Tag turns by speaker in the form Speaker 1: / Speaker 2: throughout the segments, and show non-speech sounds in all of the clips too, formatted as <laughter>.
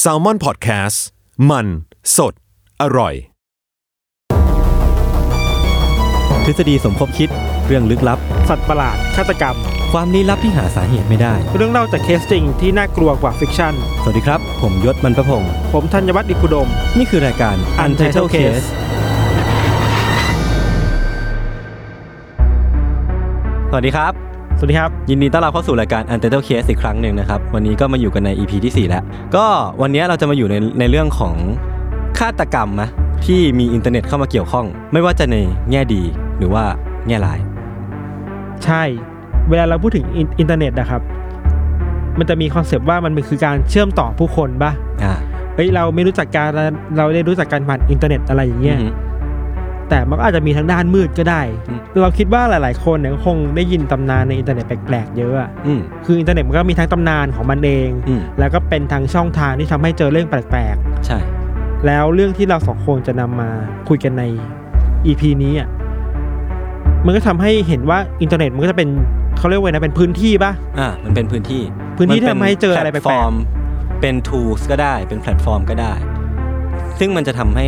Speaker 1: แซลมอนพอดแคสต์มันสดอร่อย
Speaker 2: ทฤษฎีสมคบคิดเรื่องลึกลับ
Speaker 3: สัตว์ประหลาด ฆาตกรรม
Speaker 2: ความลี้ลับที่หาสาเหตุไม่ได้
Speaker 3: เรื่องเล่าจากเคสจริงที่น่ากลัวกว่าฟิกชั่น
Speaker 2: สวัสดีครับ ผมยศมันประพงศ์
Speaker 3: ผมธัญวัฒน์อิพุดม
Speaker 2: นี่คือรายการ Untitled Case สวัสดีครับ
Speaker 3: สวัสดีครับ
Speaker 2: ยินดีต้อนรับเข้าสู่รายการ Untitled Case อีกครั้งหนึ่งนะครับ วันนี้ก็มาอยู่กันใน EP ที่ 4 แล้ว ก็วันนี้เราจะมาอยู่ในในเรื่องของฆาตกรรมนะที่มีอินเทอร์เน็ตเข้ามาเกี่ยวข้อง ไม่ว่าจะในแง่ดีหรือว่าแง่ร้าย
Speaker 3: ใช่ เวลาเราพูดถึงอินอินเทอร์เน็ตนะครับ มันจะมีคอนเซปต์ว่ามันคือการเชื่อมต่อผู้คนปะ
Speaker 2: อ่า
Speaker 3: เฮ้ยเราไม่รู้จักกันเราได้รู้จักกันผ่านอินเทอร์เน็ตอะไรอย่างเงี้ย
Speaker 2: อือหือ
Speaker 3: แต่มันก็อาจจะมีทางด้านมืดก็ได้
Speaker 2: อืม
Speaker 3: เราคิดว่าหลาย ๆ คนเนี่ยก็คงได้ยินตำนานในอินเทอร์เน็ตแปลก ๆ เยอะอะ
Speaker 2: อืม
Speaker 3: คืออินเทอร์เน็ตมันก็มีทั้งตำนานของมันเอง
Speaker 2: อืม
Speaker 3: แล้วก็เป็นทางช่องทางที่ทำให้เจอเรื่องแปลก ๆ
Speaker 2: ใช่
Speaker 3: แล้วเรื่องที่เราสองคนจะนำมาคุยกันใน EP นี้อ่ะมันก็ทำให้เห็นว่าอินเทอร์เน็ตมันก็จะเป็นเขาเรียกว่าไงนะเป็นพื้นที่ปะ
Speaker 2: อ่ามันเป็นพื้นที่
Speaker 3: พื้นที่ที่ทำให้เจออะไรแปลกๆ
Speaker 2: ฟอร์ม เป็น tools ก็ได้ เป็นแพลตฟอร์มก็ได้ ซึ่งมันจะทำให้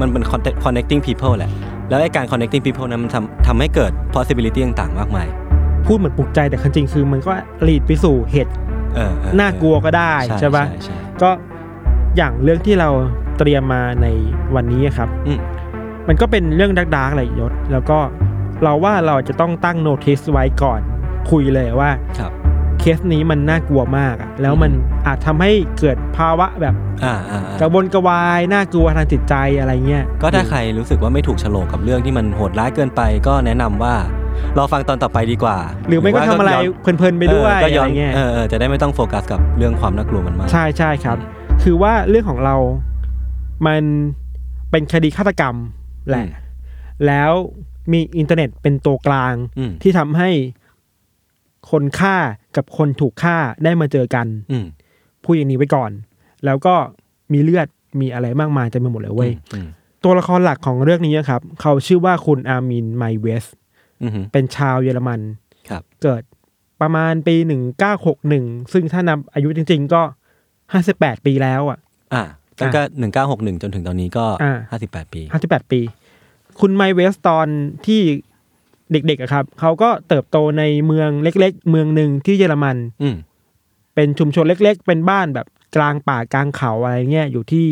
Speaker 2: มันเป็น contact- connecting people แหละ แล้วไอ้การ connecting people นั้นมันทำทำให้เกิด possibility ต่างๆ มากมาย
Speaker 3: พูดเหมือนปลุกใจแต่จริงๆคือมันก็ลีดไปสู่เหตุ
Speaker 2: เออเออ
Speaker 3: น่ากลัวก็ได้
Speaker 2: ใช่
Speaker 3: ใช่ปะ
Speaker 2: ใช่ใช่
Speaker 3: ก็อย่างเรื่องที่เราเตรียมมาในวันนี้อะครับ
Speaker 2: อืม
Speaker 3: มันก็เป็นเรื่องดักดาร์กๆแหละยศ แล้วก็เราว่าเราจะต้องตั้งโนติสไว้ก่อนคุยเลยว่า
Speaker 2: ครับ
Speaker 3: เคสนี้มันน่ากลัวมากอะแล้วมันอาจทำให้เกิดภาวะแบบ
Speaker 2: อ่าอ่าอ่าก
Speaker 3: ระวนกระวายน่ากลัวทางจิตใจอะไรเงี้ย
Speaker 2: ก็ถ้าใครรู้สึกว่าไม่ถูกโฉลกกับเรื่องที่มันโหดร้ายเกินไป ก็แนะนำว่า รอฟังตอนต่อไปดีกว่า
Speaker 3: หรือไม่ก็
Speaker 2: ว่า
Speaker 3: ทำอะไร
Speaker 2: ย้น
Speaker 3: เพลินๆไปด้วย
Speaker 2: เออก็ย้
Speaker 3: อะ
Speaker 2: อน
Speaker 3: ไรเงี้ย
Speaker 2: เออเออจะได้ไม่ต้องโฟกัสกับเรื่องความน่ากลัวมันมาก
Speaker 3: ใช่ใช่ครับ คือว่าเรื่องของเรา มันเป็นคดีฆาตกรรมแหละ
Speaker 2: อืม
Speaker 3: แล้วมีอินเทอร์เน็ตเป็นตัวกลาง
Speaker 2: อืม
Speaker 3: ที่ทำให้คนฆ่ากับคนถูกฆ่าได้มาเจอกัน
Speaker 2: อืม
Speaker 3: พูดอย่างนี้ไว้ก่อน แล้วก็มีเลือดมีอะไรมากมายเต็มไปหมดเลยเว้ย
Speaker 2: อืม
Speaker 3: ตัวละครหลักของเรื่องนี้ครับ เขาชื่อว่าคุณอามินไมเวส
Speaker 2: อืมอืม
Speaker 3: เป็นชาวเยอรมัน
Speaker 2: ครับ
Speaker 3: เกิดประมาณปี 1961 ซึ่งถ้านับอายุจริง ๆ ก็ 58 ปีแล้วอ่ะ
Speaker 2: อ่าตั้งแต่หนึ่งเก้าหกหนึ่งจนถึงตอนนี้ก็
Speaker 3: อ่า
Speaker 2: ห้าสิบแปดปี
Speaker 3: 58 ปี คุณไมเวสตอนที่เด็กๆอะครับ เขาก็เติบโตในเมืองเล็กๆ เมืองหนึ่งที่เยอรมัน
Speaker 2: อืม
Speaker 3: เป็นชุมชนเล็กๆ เป็นบ้านแบบกลางป่ากลางเขาอะไรเงี้ยอยู่ที่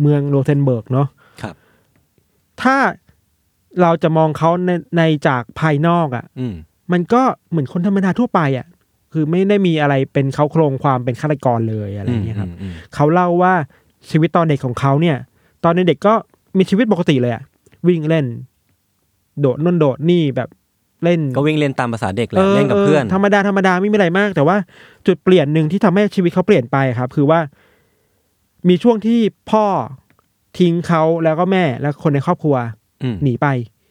Speaker 3: เมืองโรเทนเบิร์กเนาะ
Speaker 2: ครับ
Speaker 3: ถ้าเราจะมองเขาในในจากภายนอกอ่ะ
Speaker 2: อืม
Speaker 3: มันก็เหมือนคนธรรมดาทั่วไปอ่ะ คือไม่ได้มีอะไรเป็นเขาโครงความเป็นฆาตกรเลยอะไรอย่างเงี้ยครับ
Speaker 2: อืม
Speaker 3: เขาเล่าว่าชีวิตตอนเด็กของเขาเนี่ย ตอนเด็กๆก็มีชีวิตปกติเลยอ่ะ วิ่งเล่น โดดน่นโดดนี่แบบเล่น
Speaker 2: อืมก็วิ่งเล่นตามภาษาเด็กแหละเล่นกับเพื่อน
Speaker 3: ธรรมดาธรรมดาไม่มีอะไรมาก แต่ว่าจุดเปลี่ยนหนึ่งที่ทำให้ชีวิตเขาเปลี่ยนไปครับ คือว่า มีช่วงที่พ่อทิ้งเขาแล้วก็แม่และคนในครอบครัว
Speaker 2: อืม
Speaker 3: หนีไป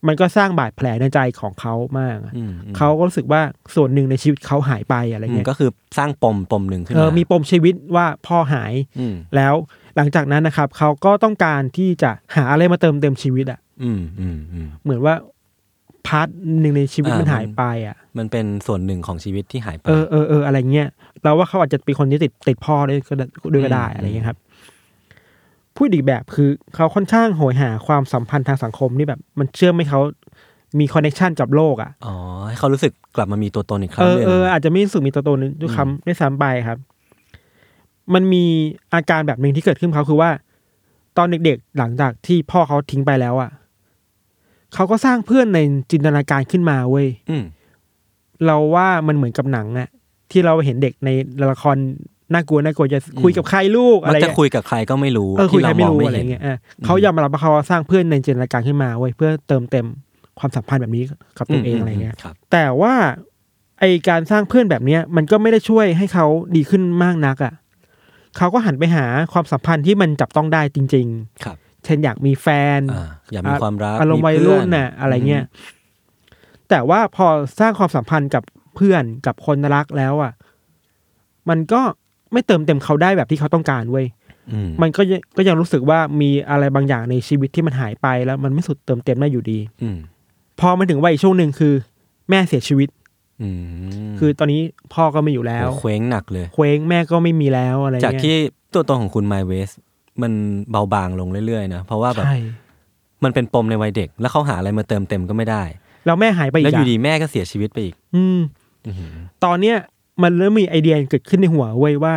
Speaker 3: มันก็สร้างบาดแผลในใจของเขามากอะ
Speaker 2: อืมอืม
Speaker 3: เขาก็รู้สึกว่าส่วนหนึ่งในชีวิตเขาหายไปอะไร
Speaker 2: อืม
Speaker 3: เงี้ย
Speaker 2: ก็คือสร้างปมปมหนึ่งขึ้น
Speaker 3: เออ
Speaker 2: มา
Speaker 3: มีปมชีวิตว่าพ่อหาย
Speaker 2: อืม
Speaker 3: แล้วหลังจากนั้นนะครับ เขาก็ต้องการที่จะหาอะไรมาเติมเต็มชีวิตอะ่ะ
Speaker 2: อืมอืมอืม
Speaker 3: เหมือนว่าพาร์ทหนึ่งในชีวิต
Speaker 2: อ่ามั
Speaker 3: มัน
Speaker 2: น
Speaker 3: หายไปอะ่ะ
Speaker 2: มันเป็นส่วนหนึ่งของชีวิตที่หายไป
Speaker 3: เออเออเอออะไรเงี้ยเราว่าเขาอาจจะเป็นคนที่ติดติดพ่อด้วยก็ได้ด้วยก็ได้
Speaker 2: อืม
Speaker 3: อะไรเงี้ยครับพูดอีกแบบคือเขาค่อนข้างโหยหาความสัมพันธ์ทางสังคมนี่แบบ มันเชื่อมให้เขามีคอนเนคชันกับโลกอ่ะ
Speaker 2: อ๋อให้เขารู้สึกกลับมามีตัวตนอีกครั้
Speaker 3: เอง อ
Speaker 2: หนึ่ง
Speaker 3: เอออาจจะไม่รู้สึกมีตัวตนด้วยคำด้วยซ้ำไปครับ มันมีอาการแบบหนึ่งที่เกิดขึ้นกับเขาคือว่า ตอนเด็กๆหลังจากที่พ่อเขาทิ้งไปแล้วอ่ะเขาก็สร้างเพื่อนในจินตนาการขึ้นมาเว้ย
Speaker 2: อืม
Speaker 3: เราว่ามันเหมือนกับหนังอะที่เราเห็นเด็กในละครน่ากลัวน่ากลัวจะคุยกับใครลูกอะ
Speaker 2: มั
Speaker 3: ไร
Speaker 2: นจะ
Speaker 3: เงี้ย
Speaker 2: คุยกับใครก็ไม่รู้
Speaker 3: เออคุย
Speaker 2: ที่
Speaker 3: ใคร
Speaker 2: เรา
Speaker 3: ไม่
Speaker 2: มอง
Speaker 3: รู้
Speaker 2: ไม่
Speaker 3: อะไร
Speaker 2: เห็น
Speaker 3: เงี้ยอ่ะเขายอมรับว่าเขาสร้างเพื่อนในจินตนาการขึ้นมาเว้ยเพื่อเติมเต็มความสัมพันธ์แบบนี้กับตัวเองอะไรเงี้ย
Speaker 2: ครับ
Speaker 3: แต่ว่าไอการสร้างเพื่อนแบบเนี้ยมันก็ไม่ได้ช่วยให้เขาดีขึ้นมากนักอะ่ะเขาก็หันไปหาความสัมพันธ์ที่มันจับต้องได้จริง
Speaker 2: ครับ
Speaker 3: ๆ เช่นอยากมีแฟน
Speaker 2: อ่าอยากมีความรัก
Speaker 3: อารมณ์วัย
Speaker 2: เพื่อ
Speaker 3: รุ่นน่ะอะไรเงี้ยแต่ว่าพอสร้างความสัมพันธ์กับเพื่อนกับคนรักแล้วอะ่ะ มันก็ไม่เติมเต็มเขาได้แบบที่เขาต้องการเว้ย
Speaker 2: อืม
Speaker 3: มันก็ยังก็ยังรู้สึกว่ามีอะไรบางอย่างในชีวิตที่มันหายไปแล้ว มันไม่สุดเติมเต็มได้อยู่ดี
Speaker 2: อืม
Speaker 3: พอมาถึงวัยอีกช่วงหนึ่งคือ แม่เสียชีวิต
Speaker 2: อืม
Speaker 3: คือตอนนี้พ่อก็ไม่อยู่แล้ว
Speaker 2: โอ้เคว้งหนักเลย
Speaker 3: เคว้งแม่ก็ไม่มีแล้วอะไรเงี้ย
Speaker 2: จากที่ตัวตนของคุณไมเวสมันเบาบางลงเรื่อยๆนะเพราะว่าแบบ
Speaker 3: ใช่
Speaker 2: มันเป็นปมในวัยเด็ก แล้วเขาหาอะไรมาเติมเต็มก็ไม่ได้
Speaker 3: แล้วแม่หายไปอี
Speaker 2: แล้ว
Speaker 3: ก
Speaker 2: อยู่
Speaker 3: อะ
Speaker 2: ดีแม่ก็เสียชีวิตไปอีก
Speaker 3: อืม
Speaker 2: อื้อหือ
Speaker 3: ตอนเนี้ยมันเริ่มมีไอเดียเกิดขึ้นในหัวเว้ยว่า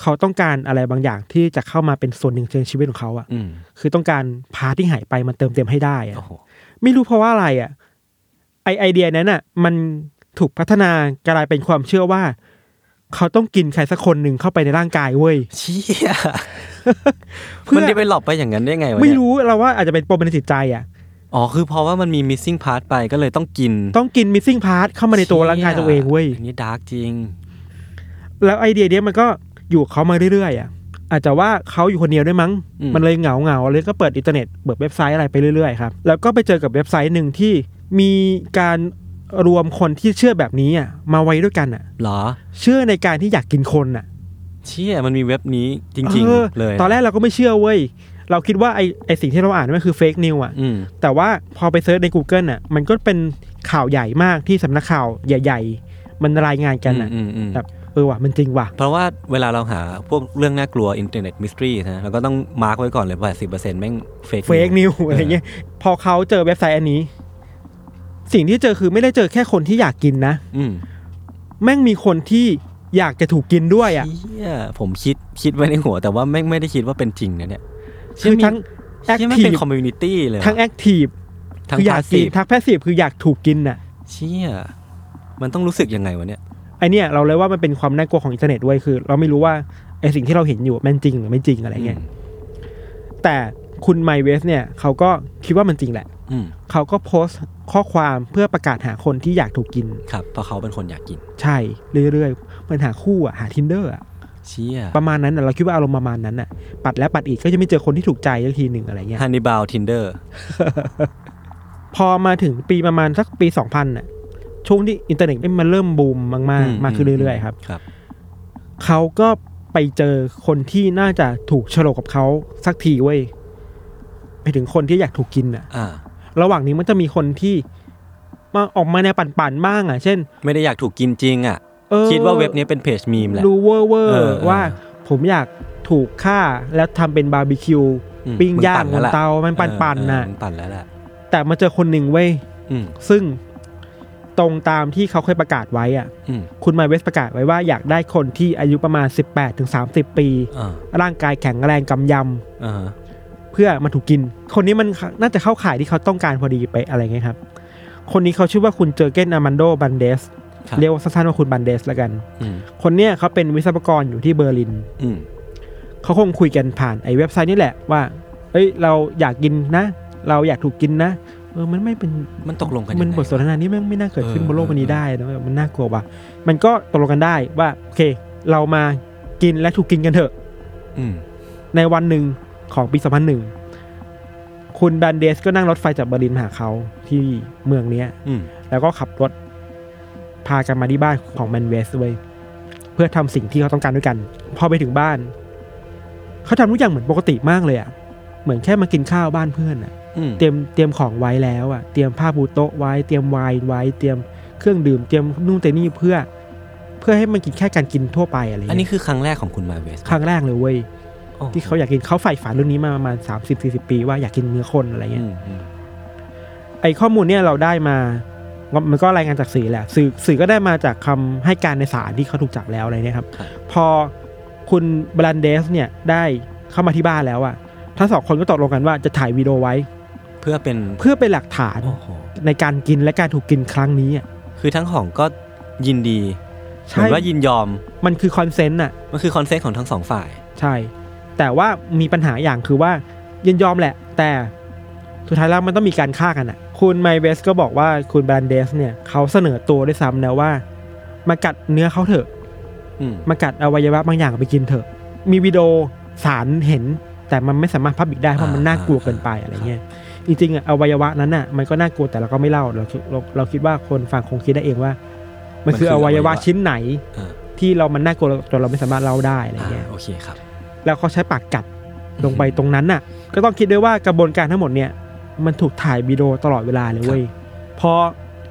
Speaker 3: เขาต้องการอะไรบางอย่างที่จะเข้ามาเป็นส่วนหนึ่งในชีวิตของเขาอะ
Speaker 2: อืม
Speaker 3: คือต้องการพาร์ทที่หายไปมาเติมเต็มให้ได้อะ
Speaker 2: โอ้โห
Speaker 3: ไม่รู้เพราะว่าอะไรอะไอไอเดียนั้นอะมันถูกพัฒนากลายเป็นความเชื่อว่า เขาต้องกินใครสักคนหนึ่งเข้าไปในร่างกายเว้ย
Speaker 2: เชี่ย
Speaker 3: เพื่อ
Speaker 2: มันได้ไปหลบไปอย่างนั้นได้ไงวะเนี่ย
Speaker 3: ไม่รู้เราว่าอาจจะเป็นปมในจิตใจอะ
Speaker 2: อ๋อคือเพราะว่ามันมี missing part ไปก็เลยต้องกิน
Speaker 3: ต้องกิน missing part เข้ามาในตัวร่างกายตัวเองเว้ย
Speaker 2: อันนี้ดาร์กจริง
Speaker 3: แล้วไอเดียเนี้ยมันก็อยู่กับเขามาเรื่อยๆอ่ะอาจจะว่าเขาอยู่คนเดียวด้วยมั้ง
Speaker 2: อืม
Speaker 3: มันเลยเหงาๆเลยก็เปิดอินเทอร์เน็ตเปิดเว็บไซต์อะไรไปเรื่อยๆครับแล้วก็ไปเจอกับเว็บไซต์หนึ่งที่มีการรวมคนที่เชื่อแบบนี้อ่ะมาไว้ด้วยกันอ่ะ
Speaker 2: เหรอ
Speaker 3: เชื่อในการที่อยากกินคนอ่ะ
Speaker 2: เชี่ยมันมีเว็บนี้จริง
Speaker 3: เออ
Speaker 2: ๆ เลย
Speaker 3: ตอนแรกเราก็ไม่เชื่อเว้ยเราคิดว่าไอไอสิ่งที่เราอ่านมันคือเฟกนิวอ่ะ
Speaker 2: อืม
Speaker 3: แต่ว่าพอไปเซิร์ชใน Google อ่ะ มันก็เป็นข่าวใหญ่มากที่สำนักข่าวใหญ่ ๆ มันรายงานกันอ่ะ
Speaker 2: อืมอืมอืม
Speaker 3: แบบเออว่ะมันจริงว่ะ
Speaker 2: เพราะว่าเวลาเราหาพวกเรื่องน่ากลัวอินเทอร์เน็ตมิสทรีนะเราก็ต้องมาร์กไว้ก่อนเลยว่าสิบเปอร์เซ็นต์แม่งเฟก
Speaker 3: เฟกนิวอะไรเงี้ยพอเขาเจอเว็บไซต์อันนี้ สิ่งที่เจอคือไม่ได้เจอแค่คนที่อยากกินนะ
Speaker 2: อืม
Speaker 3: แม่งมีคนที่อยากจะถูกกินด้วยอ่ะ
Speaker 2: เชี่ยผมคิดคิดไว้ในหัว แต่ว่าไม่งไม่ได้คิดว่าเป็นจริงนะเนี่ย
Speaker 3: คือทั้งแอค
Speaker 2: เชี่ยมัน
Speaker 3: ที
Speaker 2: เป็
Speaker 3: ฟ
Speaker 2: นคอมมูนิตี้เลย
Speaker 3: ทั้งแอคทีฟ
Speaker 2: ทั้ง
Speaker 3: คืออยา
Speaker 2: พาก ส
Speaker 3: กิ
Speaker 2: ซี
Speaker 3: น
Speaker 2: ฟ
Speaker 3: ทั้งแพสซีฟคืออยากถูกกินน่ะ
Speaker 2: เชี่ยมันต้องรู้สึกยังไงวะเนี่ย
Speaker 3: ไอเนี้ยเราเลยว่ามันเป็นความน่ากลัวของอินเทอร์เน็ตด้วยคือ เราไม่รู้ว่าไอสิ่งที่เราเห็นอยู่มันจริงหรือไม่จริงอะไรเงี้ยแต่คุณไมเวสเนี่ยเขาก็คิดว่ามันจริงแหละ
Speaker 2: อืม
Speaker 3: เขาก็โพสต์ข้อความเพื่อประกาศหาคนที่อยากถูกกิน
Speaker 2: ครับเพราะเขาเป็นคนอยากกิน
Speaker 3: ใช่เรื่อยๆเหมันหาคู่อ่ะหาทินเดอร์อ่ะ
Speaker 2: เชี่ย
Speaker 3: ประมาณนั้นน่ะเราคิดว่าอารมณ์ประมาณนั้นน่ะ ปัดแล้วปัดอีกก็จะไม่เจอคนที่ถูกใจสักทีหนึ่งอะไรเงี้ย
Speaker 2: ฮันนิบาลทินเดอร์
Speaker 3: พอมาถึงปีประมาณสักปี 2000น่ะช่วงที่อินเทอร์เน็ตมันเริ่มบูมมากๆ มากขึ้นเรื่อยๆครับ
Speaker 2: ครับ
Speaker 3: เขาก็ไปเจอคนที่น่าจะถูกโฉลกกับเขาสักทีเว้ยไปถึงคนที่อยากถูกกินน่ะ
Speaker 2: อ่า
Speaker 3: ระหว่างนี้มันจะมีคนที่มาออกมาในวปั่นๆบ้างอ่ะ เช่น
Speaker 2: ไม่ได้อยากถูกกินจริงอ่ะ
Speaker 3: เออ
Speaker 2: คิดว่าเว็บนี้เป็นเพจมีมแหละ
Speaker 3: ดูเวอร์เวอ
Speaker 2: เออ
Speaker 3: ร์
Speaker 2: เออ
Speaker 3: ว่าผมอยากถูกฆ่าแล้วทำเป็นบาร์บีคิว
Speaker 2: อืม
Speaker 3: ปิ้งย่าง
Speaker 2: มันปั่
Speaker 3: บ
Speaker 2: น
Speaker 3: น
Speaker 2: แล้วล่ะ
Speaker 3: เตา มันปันป่นๆน่ะ
Speaker 2: เออเออมัปั่นแล้วล่ะ
Speaker 3: แต่มาเจอคนหนึ่งเว้ย
Speaker 2: อืม
Speaker 3: ซึ่งตรงตามที่เขาเคยประกาศไว้อ่ะ
Speaker 2: อืม
Speaker 3: คุณไมเวสประกาศไว้ว่าอยากได้คนที่อายุประมาณ 18-30ถึง30 ปี
Speaker 2: อ่า
Speaker 3: ร่างกายแข็งแรงกำย
Speaker 2: อ่าฮะ
Speaker 3: ำเพื่อมาถูกกิน คนนี้มันน่าจะเข้าข่ายที่เขาต้องการพอดีไปอะไรเงี้ยครับ คนนี้เขาชื่อว่าคุณเจอร์เกนอามันโดบันเดส
Speaker 2: คบ
Speaker 3: เรียกว่าสั้นๆว่าคุณบันเดสละกัน
Speaker 2: อืม
Speaker 3: คนเนี้ยเขาเป็นวิศวกรอยู่ที่เบอร์ลิน
Speaker 2: อืม
Speaker 3: เขาคงคุยกันผ่านไอ้เว็บไซต์นี่แหละว่า เอ้ยเราอยากกินนะ เราอยากถูกกินนะ เออมันไม่เป็น
Speaker 2: มันตกลงกัน
Speaker 3: มัน
Speaker 2: ยังไง
Speaker 3: บทสนท
Speaker 2: วะ
Speaker 3: นานี้แม่งไม่น่าเกิดขึ้น
Speaker 2: เออบ
Speaker 3: นโลกวันนี้
Speaker 2: เออ
Speaker 3: ได้นะมันน่ากลัวว่ะ มันก็ตกลงกันได้ว่าโอเค เรามากินและถูกกินกันเถอะ
Speaker 2: อืม
Speaker 3: ในวันหนึ่งของปี 2001 คุณแบนเดสก็นั่งรถไฟจากเบอร์ลินมาหาเขาที่เมืองเนี้ย
Speaker 2: อืม
Speaker 3: แล้วก็ขับรถพากันมาที่บ้านของแมนเวสเว้ยเพื่อทำสิ่งที่เขาต้องการด้วยกัน พอไปถึงบ้าน เขาทำทุกอย่างเหมือนปกติมากเลยอะ่ะ เหมือนแค่มากินข้าวบ้านเพื่อนอ่ะ
Speaker 2: อืม
Speaker 3: เตรียมเตรียมของไว้แล้วอะ่ะ เตรียมผ้าปูโต๊ะไว้ เตรียมไวน์ไว้ เตรียมเครื่องดื่ม เตรียมนู่นเตรียมนี่เพื่อ เพื่อให้มันกินแค่การกินทั่วไปอะไร
Speaker 2: อันนี้
Speaker 3: เงี้ย
Speaker 2: คือครั้งแรกของคุณมาเวส
Speaker 3: ครั้งแรกเลยเว้ย
Speaker 2: โอ้โห
Speaker 3: ที่เขาอยากกินเขาใฝ่ฝันเรื่องนี้มาประมาณสามสิบสี่สิบปีว่าอยากกินเนื้อคนอะไรเงี้ย
Speaker 2: อืมอืม
Speaker 3: ไอข้อมูลเนี่ยเราได้มา มันก็รายงานจากสื่อแหละ สื่อสื่อก็ได้มาจากคำให้การในศาลที่เขาถูกจับแล้วอะไรเนี่ยครับ พอคุณบรันเดสเนี่ยได้เข้ามาที่บ้านแล้วอะทั้งสองคนก็ตกลงกันว่าจะถ่ายวีดีโอไว้
Speaker 2: เพื่อเป็น
Speaker 3: เพื่อเป็นหลักฐาน
Speaker 2: โอ้โห
Speaker 3: ในการกินและการถูกกินครั้งนี้อะ
Speaker 2: คือทั้งของก็ยินดีเหมื
Speaker 3: ใช่
Speaker 2: อนว่ายินยอม
Speaker 3: มันคือคอนเซนต์อะ
Speaker 2: มันคือคอนเซ็ปต์ของทั้งสองฝ่าย
Speaker 3: ใช่ แต่ว่ามีปัญหาอย่างคือว่ายินยอมแหละ แต่สุดท้ายแล้วมันต้องมีการฆ่ากันอะคุณไมเวสก็บอกว่าคุณบรันเดสเนี่ยเขาเสนอตัวด้วยซ้ำนะว่ามากัดเนื้อเขาเถอะ
Speaker 2: อืม
Speaker 3: มากัดอวัยวะบางอย่างไปกินเถอะ มีวิดีโอสารเห็น แต่มันไม่สามารถพับบิกได้เพราะมันน่ากลัวเกินไปอะไรเงี้ย จริงๆอะอวัยวะนั้นอ่ะมันก็น่ากลัวแต่เราก็ไม่เล่าเราคิดเราเราคิดว่าคนฟังคงคิดได้เองว่า มันคืออวัยวะชิ้นไหน
Speaker 2: อ่า
Speaker 3: ที่เรามันน่ากลัวจนเราไม่สามารถเล่าได้อะไรเงี้ย
Speaker 2: อ่าโอเคครับ
Speaker 3: แล้วเขาใช้ปากกัดลงไปตรงนั้นน่ะ ก็ต้องคิดด้วยว่ากระบวนการทั้งหมดเนี่ย มันถูกถ่ายวิดีโอตลอดเวลาเลยเว้ย พอ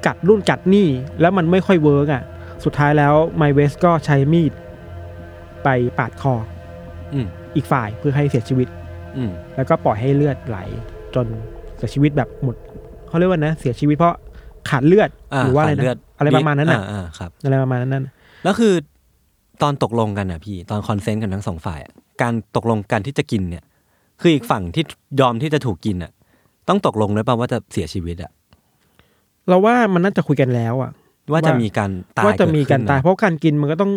Speaker 3: กัดรุ่นกัดนี่ แล้วมันไม่ค่อยเวิร์กอ่ะ สุดท้ายแล้วไมเวสก็ใช้มีดไปปาดคอ
Speaker 2: อืม
Speaker 3: อีกฝ่ายเพื่อให้เสียชีวิต
Speaker 2: อืม
Speaker 3: แล้วก็ปล่อยให้เลือดไหล จนเสียชีวิตแบบหมดเขาเรียกว่านะ เสียชีวิตเพราะขาดเลือดหรือว่าอะไร
Speaker 2: ขดเลืด
Speaker 3: นะอะไรประมาณนั้นน่ะ
Speaker 2: อ่อ่าครับ
Speaker 3: อะไรประมาณนั้นน่ะ
Speaker 2: แล้วคือตอนตกลงกันอ่ะพี่ตอนคอนเซนต์กันทั้งสองฝ่ายอะการตกลงกันที่จะกินเนี่ย คืออีกฝั่งที่ยอมที่จะถูกกินอ่ะ ต้องตกลงด้วยป่ะว่าจะเสียชีวิตอ่ะ
Speaker 3: เราว่ามันน่าจะคุยกันแล้วอะ
Speaker 2: ว่าจะมีการตาย
Speaker 3: ว่าจะมี
Speaker 2: เดขึ้
Speaker 3: การตาย
Speaker 2: ะ
Speaker 3: เพราะการกินมันก็ต้อง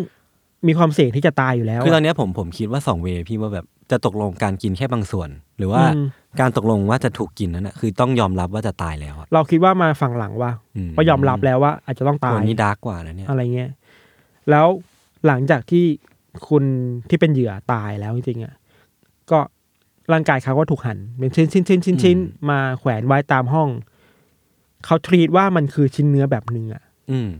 Speaker 3: มีความเสี่ยงที่จะตายอยู่แล้วะ
Speaker 2: คือตอนเนี้ยผมผมคิดว่าสองเวย์พี่ว่าแบบจะตกลงการกินแค่บางส่วน หรือว่า
Speaker 3: อืม
Speaker 2: การตกลงว่าจะถูกกินนั่นแหะคือต้องยอมรับว่าจะตายแล้วอะ
Speaker 3: เราคิดว่ามาฝั่งหลังว่าก็ยอมรับแล้วว่า อาจจะต้องตา
Speaker 2: วั
Speaker 3: ย
Speaker 2: นนี้ดาร์กกว่านะเนี่ย
Speaker 3: อะไรเงี้ยแล้วหลังจากที่คุณที่เป็นเหยื่อตายแล้วจริงๆอะก็ร่างกายเขาก็ถูกหันเป็นชิ้นชิ้นชิ้นชิ้นชิ้นมาแขวนไว้ตามห้องเขาทรีตว่ามันคือชิ้นเนื้อแบบหนึ่งอะ
Speaker 2: อืม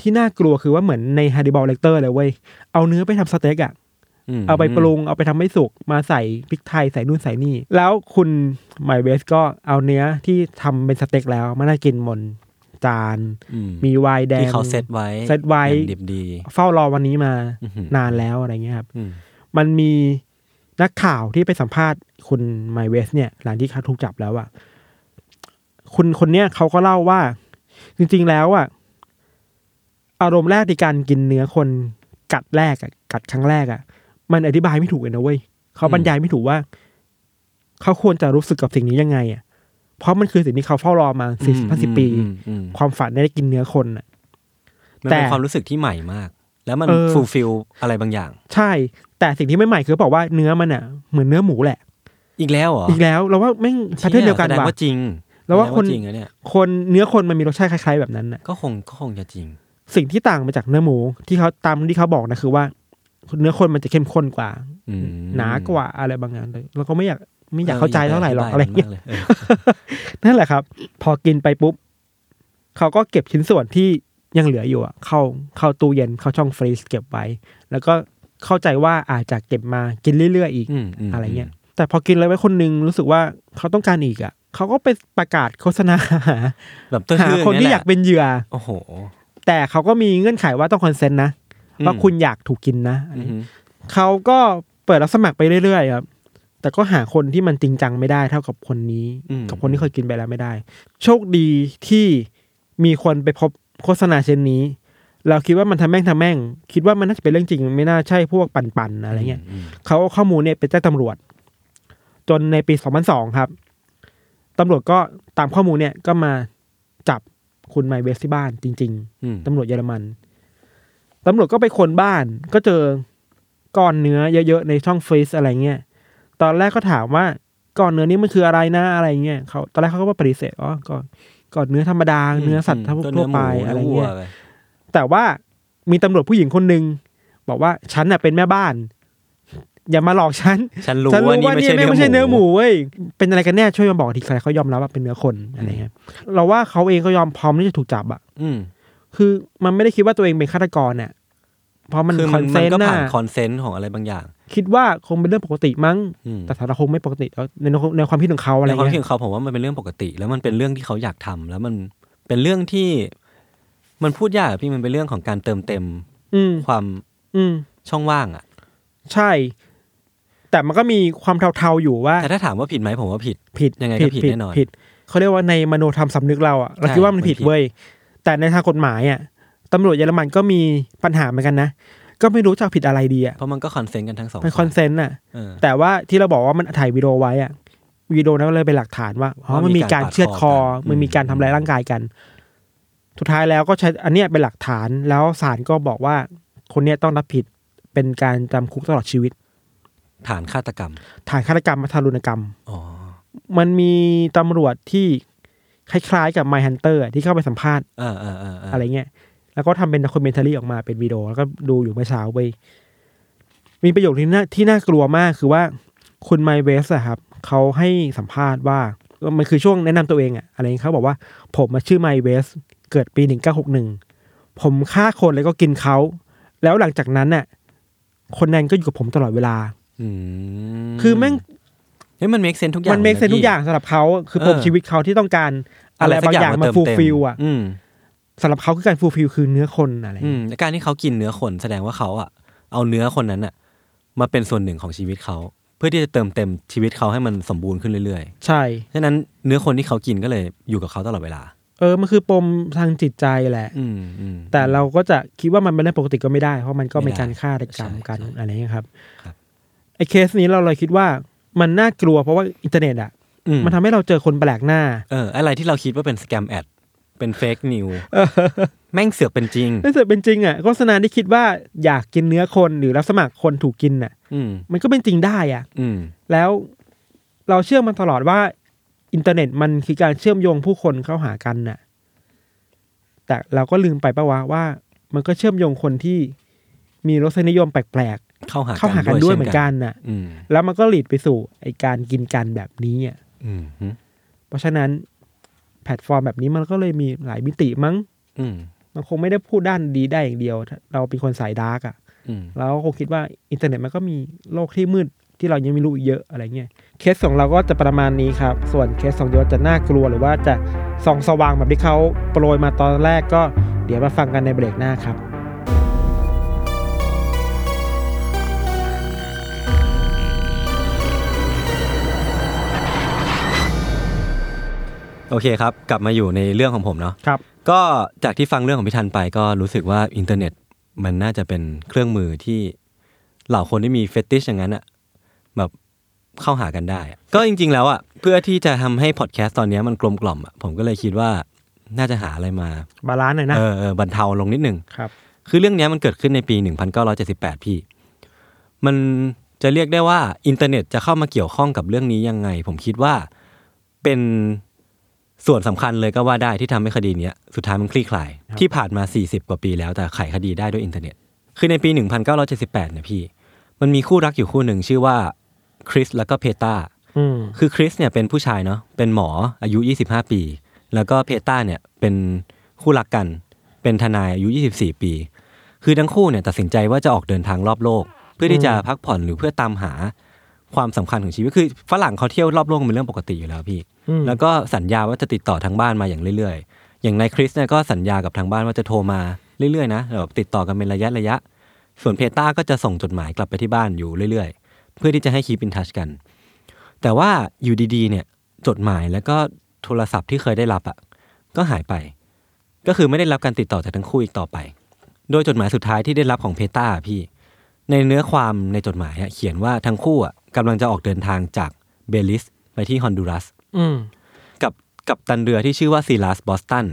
Speaker 3: ที่น่ากลัวคือว่าเหมือนในฮาร์ดิบอลเลกเตอร์เลยเว้ยเอาเนื้อไปทำสเต็กอะ
Speaker 2: ม
Speaker 3: เอาไปปรุงเอาไปทำให้สุกมาใส่พริกไทยใส่นู่นใส่นี่ แล้วคุณไมเวสก็เอาเนื้อที่ทำเป็นสเต็กแล้วมานั่งกินบนจาน
Speaker 2: อืม
Speaker 3: มีไวน์แดง
Speaker 2: ที่เขาเซตไว้
Speaker 3: เซตไว้
Speaker 2: อย่างดิบดี
Speaker 3: เฝ้ารอวันนี้มา
Speaker 2: อื้อหือ
Speaker 3: นานแล้วอะไรเงี้ยครับ
Speaker 2: อืม
Speaker 3: มันมีนักข่าวที่ไปสัมภาษณ์คุณไมเวสเนี่ย หลังที่เขาถูกจับแล้วอะคุณคนเนี้ยเขาก็เล่าว่า จริง ๆ แล้วอะอารมณ์แรกในการกินเนื้อคนกัดแรกอะกัดครั้งแรกอะมันอธิบายไม่ถูกเลยนะเว้ยเขาบรรยายไม่ถูกว่า เขาควรจะรู้สึกกับสิ่งนี้ยังไงอะเพราะมันคือสิ่งที่เขาเฝ้ารอมาสิบ
Speaker 2: อืม
Speaker 3: สิบปี
Speaker 2: อืมอืม
Speaker 3: ความฝันได้กินเนื้อคนอะ
Speaker 2: มัน
Speaker 3: แต่
Speaker 2: เป็นความรู้สึกที่ใหม่มาก แล้วมัน
Speaker 3: เออ
Speaker 2: ฟูลฟิลอะไรบางอย่าง
Speaker 3: ใช่ แต่สิ่งที่ไม่ใหม่คือบอกว่าเนื้อมันอะเหมือนเนื้อหมูแหละ
Speaker 2: อีกแล้วเหรอ
Speaker 3: อีกแล้วเราว่าแม่งแพทเทิร์นเดียวกัน
Speaker 2: แสดง
Speaker 3: ว่ะ
Speaker 2: ว่าจริง
Speaker 3: แล้วว่า
Speaker 2: แสดง
Speaker 3: คน
Speaker 2: จริงอะเนี่ย
Speaker 3: คนเนื้อคนมันมีรสชาติคล้าย ๆแบบนั้นน่ะ
Speaker 2: ก็คงก็คงจะจริง
Speaker 3: สิ่งที่ต่างมาจากเนื้อหมูที่เขาตามที่เขาบอกนะคือว่า เนื้อคนมันจะเข้มข้นกว่า
Speaker 2: อืม
Speaker 3: หนากว่าอะไรบางอย่างเลยเราก็ไม่อยากไม่อยากเข้าใจเท่าไหร่หรอกอะไรเงี้ย <laughs>
Speaker 2: ธิบามันมากเลยเออ
Speaker 3: นั่นแหละครับ พอกินไปปุ๊บเขาก็เก็บชิ้นส่วนที่ยังเหลืออยู่อะเข้าเข้าตู้เย็นเข้าช่องฟรีซเก็บไว้ แล้วก็เข้าใจว่าอาจจะเก็บมากินเรื่อยๆอีก
Speaker 2: อืมม
Speaker 3: อะไรเงี้ย แต่พอกินอะไรไว้คนนึงรู้สึกว่าเขาต้องการอีกอ่ะเขาก็ไปประกาศโฆษณา
Speaker 2: <laughs>
Speaker 3: หา
Speaker 2: แบบตัว
Speaker 3: หา
Speaker 2: ชื่อ
Speaker 3: คนที่อยากเป็นเหยื่อ
Speaker 2: โอ้โห
Speaker 3: แต่เขาก็มีเงื่อนไขว่าต้องคอนเซนต์นะว่าคุณอยากถูกกินนะอัน
Speaker 2: อื
Speaker 3: นี้
Speaker 2: ม
Speaker 3: เขาก็เปิดรับสมัครไปเรื่อยๆครับ แต่ก็หาคนที่มันจริงจังไม่ได้เท่ากับคนนี้
Speaker 2: อืม
Speaker 3: กับคนที่เคยกินไปแล้วไม่ได้ โชคดีที่มีคนไปพบโฆษณาเช่นนี้ เราคิดว่ามันทำแม่งทำแม่ง คิดว่ามันน่าจะเป็นเรื่องจริง ไม่น่าใช่พวกปั่นๆอะไรเงี้ย
Speaker 2: ม
Speaker 3: เขาเอาข้อมูลเนี่ยไปแจ้งตำรวจ จนในปี 2002 ครับ ตำรวจก็ตามข้อมูลเนี่ยก็มาจับคุณไมเวสที่บ้านจริง
Speaker 2: อืม
Speaker 3: ๆ ตำรวจเยอรมัน ตำรวจก็ไปค้นบ้าน ก็เจอก้อนเนื้อเยอะๆ ในช่องฟรีซอะไรเงี้ย ตอนแรกก็ถามว่าก้อนเนื้อนี้มันคืออะไรนะอะไรเงี้ยเขาตอนแรกเขาก็ปฏิเสธอ๋อก้อนก้อนเนื้อธรรมดา เนื้อสัตว์
Speaker 2: ม
Speaker 3: ทั่วๆไป
Speaker 2: เนื้หมู
Speaker 3: อะไรเงี้ย
Speaker 2: นื้วัวป
Speaker 3: แต่ว่ามีตำรวจผู้หญิงคนหนึ่งบอกว่าฉันน่ะเป็นแม่บ้าน อย่ามาหลอกฉัน
Speaker 2: ฉันรู้
Speaker 3: ฉัน
Speaker 2: ว่า
Speaker 3: รู้
Speaker 2: นี่
Speaker 3: ว่า
Speaker 2: ไม่
Speaker 3: เนี่
Speaker 2: ใช่
Speaker 3: ยไม่ใช่
Speaker 2: เนื้
Speaker 3: เนื้อหมูเว้ยเป็นอะไรกันแน่ช่วยมาบอกทีใครเขายอมรับว่าเป็นเนื้อคนอะไรเงี้ยเราว่าเขาเองก็ยอมพร้อมที่จะถูกจับอ่ะ
Speaker 2: อืม
Speaker 3: คือมันไม่ได้คิดว่าตัวเองเป็นฆาตกรเนี่ยเพราะมัน
Speaker 2: คือ
Speaker 3: ค
Speaker 2: มั
Speaker 3: อน นเซ
Speaker 2: มัน
Speaker 3: น
Speaker 2: ก็
Speaker 3: ต์น่ะ
Speaker 2: ผ่านคอนเซนต์ของอะไรบางอย่าง
Speaker 3: คิดว่าคงเป็นเรื่องปกติมั้ง
Speaker 2: อืม
Speaker 3: แต่สารคงไม่ปกติแล้วในในความคิดของเขาอะไร
Speaker 2: ในความ
Speaker 3: เงี้
Speaker 2: คิด
Speaker 3: ย
Speaker 2: ของเขาผมว่ามันเป็นเรื่องปกติ แล้วมันเป็นเรื่องที่เขาอยากทำแล้วมันเป็นเรื่องที่ มันพูดยากอะพี่มันเป็นเรื่องของการเติมเต็ม
Speaker 3: อืม
Speaker 2: ความ
Speaker 3: อืม
Speaker 2: ช่องว่างอ่ะ
Speaker 3: ใช่ แต่มันก็มีความเทาๆอยู่ว่า
Speaker 2: แต่ถ้าถามว่าผิดไหมผมว่าผิด
Speaker 3: ผิด
Speaker 2: ยังไงก็ผิดแน่นอน
Speaker 3: ผิดเขาเรียกว่าในมโนธรรมสำนึกเราอ่ะเรา
Speaker 2: ใช่
Speaker 3: คิดว่ามันผิด
Speaker 2: มันผิด
Speaker 3: เว้ยแต่ในทางกฎหมายอ่ะตำรวจเยอรมันก็มีปัญหาเหมือนกันนะ ก็ไม่รู้จะเอาผิดอะไรดีอ่ะ
Speaker 2: เพราะมันก็คอนเซนต์กันทั้งสอง
Speaker 3: เป็นคอนเซนต์อ่ะ
Speaker 2: เออ
Speaker 3: แต่ว่าที่เราบอกว่ามันถ่ายวิดีโอไว้อ่ะวิดีโอนั้นเลยเป็นหลักฐานว่าอ๋อ
Speaker 2: ว่ามั
Speaker 3: มัน
Speaker 2: มี
Speaker 3: มีการเชือดคอ
Speaker 2: การปาดคอกัน
Speaker 3: มันมีการทำร้ายร่างกายกัน สุดท้ายแล้วก็ใช้อันเนี้ยเป็นหลักฐานแล้วศาลก็บอกว่าคนเนี้ยต้องรับผิดเป็นการจำคุกตลอดชีวิต
Speaker 2: ฐานฆาตกรรม
Speaker 3: ฐานฆาตกรรมมาทารุณกรรม
Speaker 2: อ๋อ
Speaker 3: มันมีตำรวจที่คล้ายๆกับ My Hunter อะที่เข้าไปสัมภาษณ์
Speaker 2: เออเออเออเอออ
Speaker 3: อะไรเงี้ย แล้วก็ทำเป็น d o ค u เมน t a รีออกมาเป็นวิดีโอ แล้วก็ดูอยู่เมื่อเช้าไป มีประโยคที่น่าที่น่ากลัวมากคือว่าคุณไมเวสอะครับ เขาให้สัมภาษณ์ว่า มันคือช่วงแนะนำตัวเองอะอะไรเงี้ยเขาบอกว่า ผมมาชื่อไมเวส เกิดปีหนึ่งเก้าหกหนึ่ง ผมฆ่าคนแล้วก็กินเขา แล้วหลังจากนั้นน่ะ คนนั้นก็อยู่กับผมตลอดเวลา
Speaker 2: อื
Speaker 3: คือแม่ง
Speaker 2: เฮ้ยมันเมคเซนทุกอย่าง
Speaker 3: มันเมคเซ
Speaker 2: ล
Speaker 3: น
Speaker 2: ยะ
Speaker 3: ทุก
Speaker 2: พี่
Speaker 3: อย่างสำหรับเขาคือ
Speaker 2: เออ
Speaker 3: ปมชีวิตเขาที่ต้องการ
Speaker 2: อะไรสักอย่างมาเติม
Speaker 3: ฟูล
Speaker 2: เต็ม
Speaker 3: ฟิลอะ
Speaker 2: อืม
Speaker 3: สำหรับเขาคือการฟูลฟิลคือเนื้อคนอะไร
Speaker 2: อืมและการที่เขากินเนื้อคนแสดงว่าเขาอะเอาเนื้อคนนั้นอะมาเป็นส่วนหนึ่งของชีวิตเขา เพื่อที่จะเติมเต็มชีวิตเขาให้มันสมบูรณ์ขึ้นเรื่อย
Speaker 3: ใช่
Speaker 2: ๆฉะนั้นเนื้อคนที่เขากินก็เลยอยู่กับเขาตลอดเวลา
Speaker 3: เออมันคือปมทางจิตใจแหละ
Speaker 2: อืมอืม
Speaker 3: แต่เราก็จะคิดว่ามันเป็นเรื่องปกติก็ไม่ได้ เพราะมันก็
Speaker 2: ไม่
Speaker 3: มี
Speaker 2: ได้
Speaker 3: การฆ่าตกรรมกัน
Speaker 2: ใช่ใช่
Speaker 3: อะไรอย่างเงี้ยครับ
Speaker 2: ครับ
Speaker 3: ไอ้เคสนี้เราเลยคิดว่ามันน่ากลัวเพราะว่าอินเทอร์เน็ตอ่ะ
Speaker 2: อืม
Speaker 3: มันทำให้เราเจอคนแปลกหน้า
Speaker 2: เอออะไรที่เราคิดว่าเป็นสแกมแอดเป็นเฟกนิวแม่งเสือกเป็นจริง
Speaker 3: ถ้าเกิดเป็นจริงอ่ะโฆษณาที่คิดว่าอยากกินเนื้อคนหรือรับสมัครคนถูกกินอ่ะ
Speaker 2: อืม
Speaker 3: มันก็เป็นจริงได้อ่ะ
Speaker 2: อืม
Speaker 3: แล้วเราเชื่อมันตลอดว่าอินเทอร์เน็ตมันคือการเชื่อมโยงผู้คนเข้าหากันน่ะ แต่เราก็ลืมไปปะวะว่า มันก็เชื่อมโยงคนที่มีรสนิยมแปลก
Speaker 2: เข้าหา
Speaker 3: ๆเข้าหากันด้วยเหมือนกันน่ะ
Speaker 2: อืม
Speaker 3: แล้วมันก็หลีดไปสู่ไอการกินกันแบบนี้อ่ะ
Speaker 2: อืมฮึ
Speaker 3: เพราะฉะนั้นแพลตฟอร์มแบบนี้มันก็เลยมีหลายมิติมั้ง
Speaker 2: อืม
Speaker 3: มันคงไม่ได้พูดด้านดีได้อย่างเดียวถ้าเราเป็นคนสายดาร์กอ่ะ
Speaker 2: อืม
Speaker 3: เราก็คงคิดว่าอินเทอร์เน็ตมันก็มีโลกที่มืดที่เรายังไม่รู้อีกเยอะอะไรเงี้ยเคสของเราก็จะประมาณนี้ครับ ส่วนเคสของยศจะน่ากลัวหรือว่าจะส่องสว่างแบบที่เขาโปรยมาตอนแรกก็เดี๋ยวมาฟังกันในเบรกหน้าครับ
Speaker 2: โอเคครับ กลับมาอยู่ในเรื่องของผมเนาะ
Speaker 3: ครับ
Speaker 2: ก็จากที่ฟังเรื่องของพี่ทันไปก็รู้สึกว่าอินเทอร์เน็ต มันน่าจะเป็นเครื่องมือที่เหล่าคนที่มีเฟติชอย่างนั้นอะแบบเข้าหากันได้อะก็จริง ๆ แล้วอะเพื่อที่จะทำให้พอดแคสต์ตอนเนี้ยมันกลมกล่อมอะผมก็เลยคิดว่าน่าจะหาอะไรมา
Speaker 3: บาลานซ์หน่อยนะ
Speaker 2: เออเออบรรเทาลงนิดหนึ่ง
Speaker 3: ครับ
Speaker 2: คือเรื่องเนี้ยมันเกิดขึ้นในปี 1978 พี่ มันจะเรียกได้ว่าอินเทอร์เน็ตจะเข้ามาเกี่ยวข้องกับเรื่องนี้ยังไง ผมคิดว่าเป็นส่วนสำคัญเลยก็ว่าได้ที่ทำให้คดีเนี้ยสุดท้ายมันคลี่คลาย
Speaker 3: ครับ
Speaker 2: ที่ผ่านมา 40 กว่าปีแล้วแต่ไขคดีได้ด้วยอินเทอร์เน็ต คือในปี 1978 เนี่ยพี่ มันมีคู่รักอยู่คู่หนึ่งชื่อว่าคริสแล้วก็เพตา
Speaker 3: อืม
Speaker 2: คือคริสเนี่ยเป็นผู้ชายเนาะเป็นหมออายุ 25 ปี แล้วก็เพต้าเนี่ยเป็นคู่รักกัน เป็นทนายอายุ 24 ปี คือทั้งคู่เนี่ยตัดสินใจว่าจะออกเดินทางรอบโลก เพื่อที่จะพักผ่อนหรือเพื่อตามหาความสำคัญของชีวิตคือฝรั่งเขาเที่ยวรอบโลกเป็นเรื่องปกติอยู่แล้วพี่
Speaker 3: อืม
Speaker 2: แล้วก็สัญญาว่าจะติดต่อทางบ้านมาอย่างเรื่อยๆ อย่างนายคริสเนี่ยก็สัญญากับทางบ้านว่าจะโทรมาเรื่อยๆนะแบบติดต่อกันเป็นระยะระยะ ส่วนเพต้าก็จะส่งจดหมายกลับไปที่บ้านอยู่เรื่อยๆ เพื่อที่จะให้คีปินทัชกัน แต่ว่าอยู่ดีๆ เนี่ยจดหมายแล้วก็โทรศัพท์ที่เคยได้รับอ่ะก็หายไป ก็คือไม่ได้รับการติดต่อจากทั้งคู่อีกต่อไป โดยจดหมายสุดท้ายที่ได้รับของเพต้าพี่ ในเนื้อความในจดหมายอะเขียนว่าทั้งคู่อ่ะกำลังจะออกเดินทางจากเบลิสไปที่ฮอนดูรัส
Speaker 3: อืม
Speaker 2: กับกับตันเรือที่ชื่อว่าซีลาสบอสตัน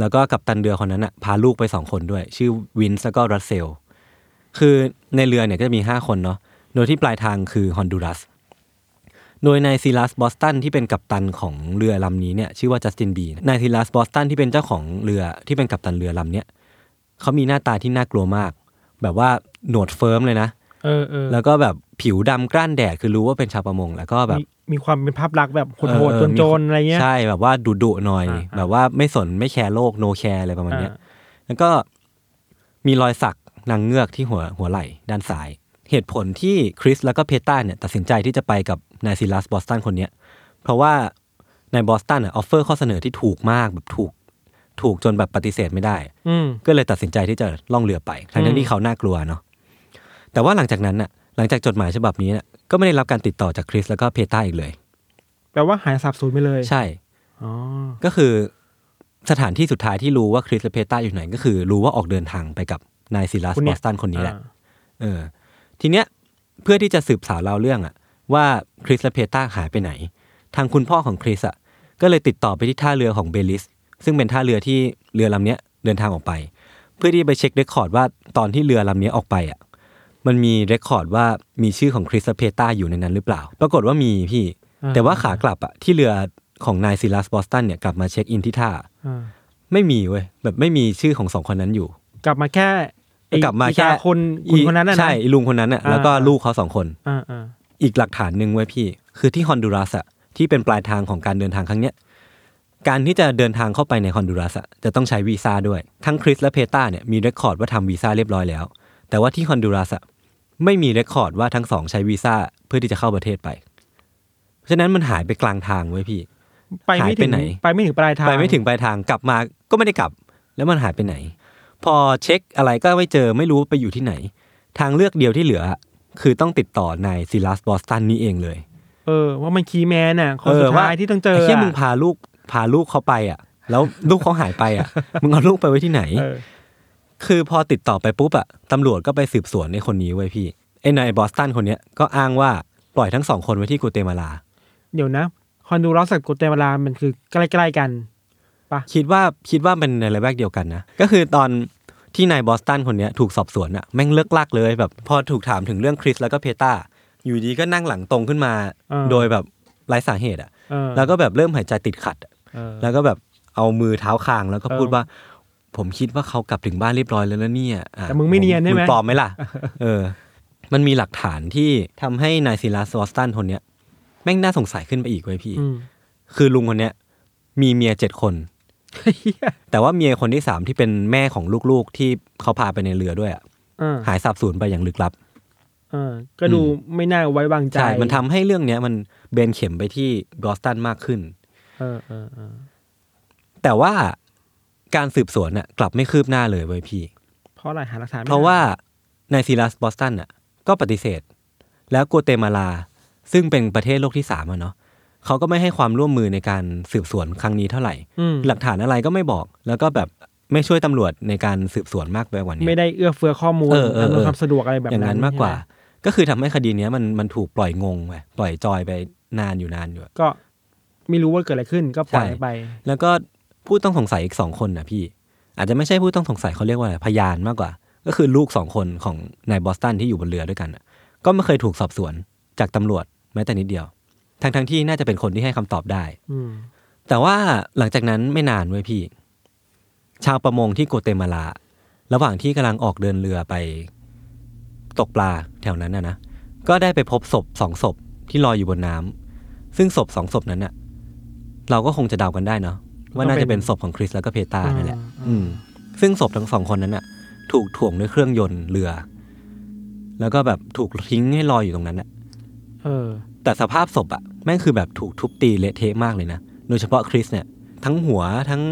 Speaker 2: แล้วก็กับตันเรือคนนั้นอ่ะพาลูกไปสองคนด้วย ชื่อวินส์แล้วก็รัสเซล คือในเรือเนี่ยก็จะมีห้าคนเนาะ โดยที่ปลายทางคือฮอนดูรัส โดยนายซีลาสบอสตันที่เป็นกัปตันของเรือลำนี้เนี่ยชื่อว่าจัสตินบีนายซีลาสบอสตันที่เป็นเจ้าของเรือที่เป็นกัปตันเรือลำเนี้ยเขามีหน้าตาที่น่ากลัวมาก แบบว่าหนวดเฟิร์มเลยนะ
Speaker 3: เออเออ
Speaker 2: แล้วก็แบบผิวดำกร้านแดดคือรู้ว่าเป็นชาวประมงแล้วก็แบบ
Speaker 3: มีมีความเป็นภาพลักษณ์แบบโหด
Speaker 2: เอ
Speaker 3: ๆ
Speaker 2: อ
Speaker 3: โจรๆอะไรเงี้ย
Speaker 2: ใช่แบบว่าดุดุๆหน่อย
Speaker 3: อ่าอ่า
Speaker 2: แบบว่าไม่สนไม่แคร์โลกโนแคร์อะไรประมาณเนี้ย
Speaker 3: อ่า
Speaker 2: แล้วก็มีรอยสักนางเงือกที่หัวหัวไหล่ด้านซ้าย เหตุผลที่คริสแล้วก็เพต้าเนี่ยตัดสินใจที่จะไปกับนายซิลัสบอสตันคนเนี้ย เพราะว่านายบอสตันอ่ะออฟเฟอร์ข้อเสนอที่ถูกมากแบบถูก ถูกจนแบบปฏิเสธไม่ได้
Speaker 3: อืม
Speaker 2: ก็เลยตัดสินใจที่จะล่องเรือไปทั้ง
Speaker 3: อืม
Speaker 2: ที่เขาน่ากลัวเนาะแต่ว่าหลังจากนั้นน่ะ หลังจากจดหมายฉบับนี้น่ะก็ไม่ได้รับการติดต่อจากคริสแล้วก็เพต้าอีกเลย
Speaker 3: แปลว่าหายสับสูญไปเลย
Speaker 2: ใช่
Speaker 3: อ๋อ
Speaker 2: ก็คือสถานที่สุดท้ายที่รู้ว่าคริสและเพต้าอยู่ไหน ก็คือรู้ว่าออกเดินทางไปกับนายซิลัสบอสตันคนนี้แหละ
Speaker 3: อ่า
Speaker 2: เออทีเนี้ยเพื่อที่จะสืบสาวราวเรื่องอะว่าคริสและเพต้าหายไปไหน ทางคุณพ่อของคริสอะก็เลยติดต่อไปที่ท่าเรือของเบลิส ซึ่งเป็นท่าเรือที่เรือลำเนี้ยเดินทางออกไป เพื่อที่ไปเช็คเรคคอร์ดว่าตอนที่เรือลำเนี้ยออกไปอะมันมีเรคคอร์ดว่ามีชื่อของคริสและเพต้าอยู่ในนั้นหรือเปล่า ปรากฏว่ามีพี่
Speaker 3: อ่
Speaker 2: แต่ว่าขากลับอะที่เรือของนายซิลัสบอสตันเนี่ยกลับมาเช็คอินที่ท่า
Speaker 3: อ่า
Speaker 2: ไม่มีเว้ยแบบไม่มีชื่อของสองคนนั้นอยู่
Speaker 3: กลับมาแค่ไอ้
Speaker 2: กลับมาแค่
Speaker 3: อีคนคุณคนนั้นน่ะนะ
Speaker 2: ใช่อีลุงคนนั้นอะ
Speaker 3: อ่า
Speaker 2: แล้วก็ลูกเขาสองคน
Speaker 3: อ่าอ่า
Speaker 2: อีกหลักฐานหนึ่งไว้ยพี่ คือที่ฮอนดูรัสอะที่เป็นปลายทางของการเดินทางครั้งเนี้ยการที่จะเดินทางเข้าไปในฮอนดูรัสอะจะต้องใช้วีซ่าด้วย ทั้งคริสและเพต้าเนี่ยมีเรคคอร์ดว่าทำวีซ่าเรียบร้อยแล้ว แต่ว่าที่ฮอนดูรัสอะไม่มีเรคคอร์ดว่าทั้งสองใช้วีซ่าเพื่อที่จะเข้าประเทศไป เพราะฉะนั้นมันหายไปกลางทางไว้ยพี่
Speaker 3: ไปไม่ถึง
Speaker 2: หายไปไหน
Speaker 3: ไปไม่ถึงปลายทาง
Speaker 2: ไปไม่ถึงปลายทางกลับมาก็ไม่ได้กลับ แล้วมันหายไปไหน พอเช็คอะไรก็ไม่เจอไม่รู้ไปอยู่ที่ไหน ทางเลือกเดียวที่เหลือ คือต้องติดต่อนายซิลัสบอสตันนี่เองเลย
Speaker 3: เออว่ามันคีย์แมนน่ะคนสุด
Speaker 2: ว่
Speaker 3: ท้ายที่ต้องเจอ
Speaker 2: ไเหี้ยมึง
Speaker 3: อะ
Speaker 2: พาลูกพาลูกเขาไปอ่ะ แล้วลูกเขาหายไป
Speaker 3: <laughs>
Speaker 2: อ่ะ มึงเอาลูกไปไว้ที่ไหน
Speaker 3: เออ
Speaker 2: คือพอติดต่อไปปุ๊บอะตำรวจก็ไปสืบสวนในคนนี้ไว้ยพี่ไอ้นายบอสตันคนเนี้ยก็อ้างว่าปล่อยทั้งสองคนไว้ที่กูเตมาลา
Speaker 3: เดี๋ยวนะคอนดูรัสกับโกเตมาลามันคือใกล้ๆกัน
Speaker 2: คิดว่าคิดว่าเป็นในระแวกเดียวกันนะ ก็คือตอนที่นายบอสตันคนเนี้ยถูกสอบสวนอะแม่งเลิกลากเลยแบบพอถูกถามถึงเรื่องคริสแล้วก็เพตาอยู่ดีก็นั่งหลังตรงขึ้นมา
Speaker 3: เออ
Speaker 2: โดยแบบไร้สาเหตุอะ
Speaker 3: เออ
Speaker 2: แล้วก็แบบเริ่มหายใจติดขัดอะ
Speaker 3: เออ
Speaker 2: แล้วก็แบบเอามือเท้าคางแล้วก็พูด
Speaker 3: เออ
Speaker 2: ว่า ผมคิดว่าเขากลับถึงบ้านเรียบร้อยแล้วนะเนี่ยอ่ะ
Speaker 3: แต่มึงไม่เนียนใช่ไหม
Speaker 2: งปลอมไหม
Speaker 3: <laughs>
Speaker 2: ล่ะ เออ มันมีหลักฐานที่ทำให้นายซิลาสวอสตันคนเนี้ยแม่งน่าสงสัยขึ้นไปอีกเว้ยพี่
Speaker 3: อืม <laughs>
Speaker 2: คือลุงคนเนี้ยมีเมียเจ็ดคน
Speaker 3: เหี้ย
Speaker 2: แต่ว่าเมียคนที่สามที่เป็นแม่ของลูกๆที่เขาพาไปในเรือด้วยอะ
Speaker 3: เออ
Speaker 2: หายสาบสูญไปอย่างลึกลับ
Speaker 3: เออ ก็ดูไม่น่าไว้วางใจ
Speaker 2: ใช่ มันทำให้เรื่องเนี้ยมันเบนเข็มไปที่บอสตันมากขึ้น
Speaker 3: เออเออเออ
Speaker 2: แต่ว่าการสืบสวนน่ะกลับไม่คืบหน้าเลยเว้ยพี่
Speaker 3: เพราะอะไรหาหลักฐานไม่
Speaker 2: เพราะ
Speaker 3: ได้
Speaker 2: ว่านายซีลัสบอสตันน่ะก็ปฏิเสธ แล้วกัวเตมาลา ซึ่งเป็นประเทศโลกที่สามอะเนาะเขาก็ไม่ให้ความร่วมมือในการสืบสวนครั้งนี้เท่าไหร่
Speaker 3: อืม
Speaker 2: หลักฐานอะไรก็ไม่บอก แล้วก็แบบไม่ช่วยตำรวจในการสืบสวนมากไปกว่านี้
Speaker 3: ไม่ได้เอื้อเฟื้อข้อมูล
Speaker 2: เออเออเออ
Speaker 3: อำนวยความสะดวกอะไรแบบ
Speaker 2: อย่าง
Speaker 3: นั้
Speaker 2: นั้น นมากกว่า
Speaker 3: ใช่ไห
Speaker 2: ก็คือทำให้คดีเนี้ยมันมันถูกปล่อยงงไปปล่อยจอยไปนานอยู่นานอยู่อะ
Speaker 3: ก็ไม่รู้ว่าเกิดอะไรขึ้นก็ปล่อย
Speaker 2: ใช่
Speaker 3: ไป
Speaker 2: แล้วก็ผู้ต้องสงสัยอีกสองคนนะพี่ อาจจะไม่ใช่ผู้ต้องสงสัยเขาเรียกว่าอะไรพยานมากกว่า ก็คือลูกสองคนของนายบอสตันที่อยู่บนเรือด้วยกันอะก็ไม่เคยถูกสอบสวนจากตำรวจแม้แต่นิดเดียว ทั้งทั้งๆที่น่าจะเป็นคนที่ให้คำตอบได้
Speaker 3: อืม
Speaker 2: แต่ว่าหลังจากนั้นไม่นานเว้ยพี่ ชาวประมงที่โกเตมาลา ระหว่างที่กำลังออกเดินเรือไป ตกปลาแถวนั้นนะนะ ก็ได้ไปพบศพสองศพที่ลอยอยู่บนน้ำซึ่งศพสองศพนั้นน่ะ เราก็คงจะเดากันได้เนาะว่าน่าจะเป็นศพของคริสแล้วก็เพตานั่นแหละ อืม ซึ่งศพทั้งสองคนนั้นน่ะ ถูกถ่วงด้วยเครื่องยนต์เรือ แล้วก็แบบถูกทิ้งให้ลอยอยู่ตรงนั้นน่ะ
Speaker 3: เออ
Speaker 2: แต่สภาพศพอะแม่งคือแบบถูกทุบตีเละเทะมากเลยนะ โดยเฉพาะคริสเนี่ย ทั้งหัวทั้ง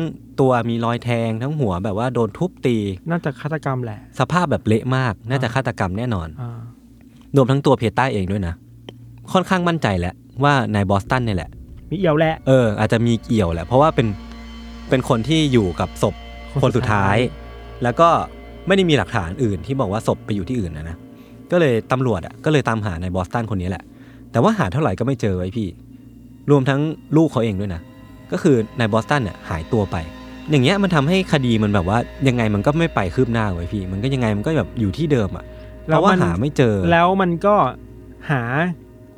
Speaker 2: ตัวมีรอยแทง ทั้งหัวแบบว่าโดนทุบตี
Speaker 3: น่าจะฆาตกรรมแหละ
Speaker 2: สภาพแบบเละมาก น่าจะฆาตกรรมแน่นอน
Speaker 3: อ่าร
Speaker 2: วมทั้งตัวเพต้าเองด้วยนะ ค่อนข้างมั่นใจแหละว่านายบอสตันเนี่ยแหละ
Speaker 3: มีเอี่ยวแหละ
Speaker 2: เออ อาจจะมีเกี่ยวแหละ เพราะว่าเป็นเป็นคนที่อยู่กับศพคนสุดท้าย แล้วก็ไม่ได้มีหลักฐานอื่นที่บอกว่าศพไปอยู่ที่อื่นนะนะก็เลยตำรวจอ่ะก็เลยตามหานายบอสตันคนนี้แหละ แต่ว่าหาเท่าไหร่ก็ไม่เจอไว้พี่ รวมทั้งลูกเขาเองด้วยนะ ก็คือนายบอสตันเนี่ยหายตัวไป อย่างเงี้ยมันทำให้คดีมันแบบว่ายังไงมันก็ไม่ไปคืบหน้าไว้พี่ มันก็ยังไงมันก็แบบอยู่ที่เดิมอ่ะเพ
Speaker 3: แล้ว
Speaker 2: ราะว่าน หาไม่เจอ
Speaker 3: แล้วมันก็หา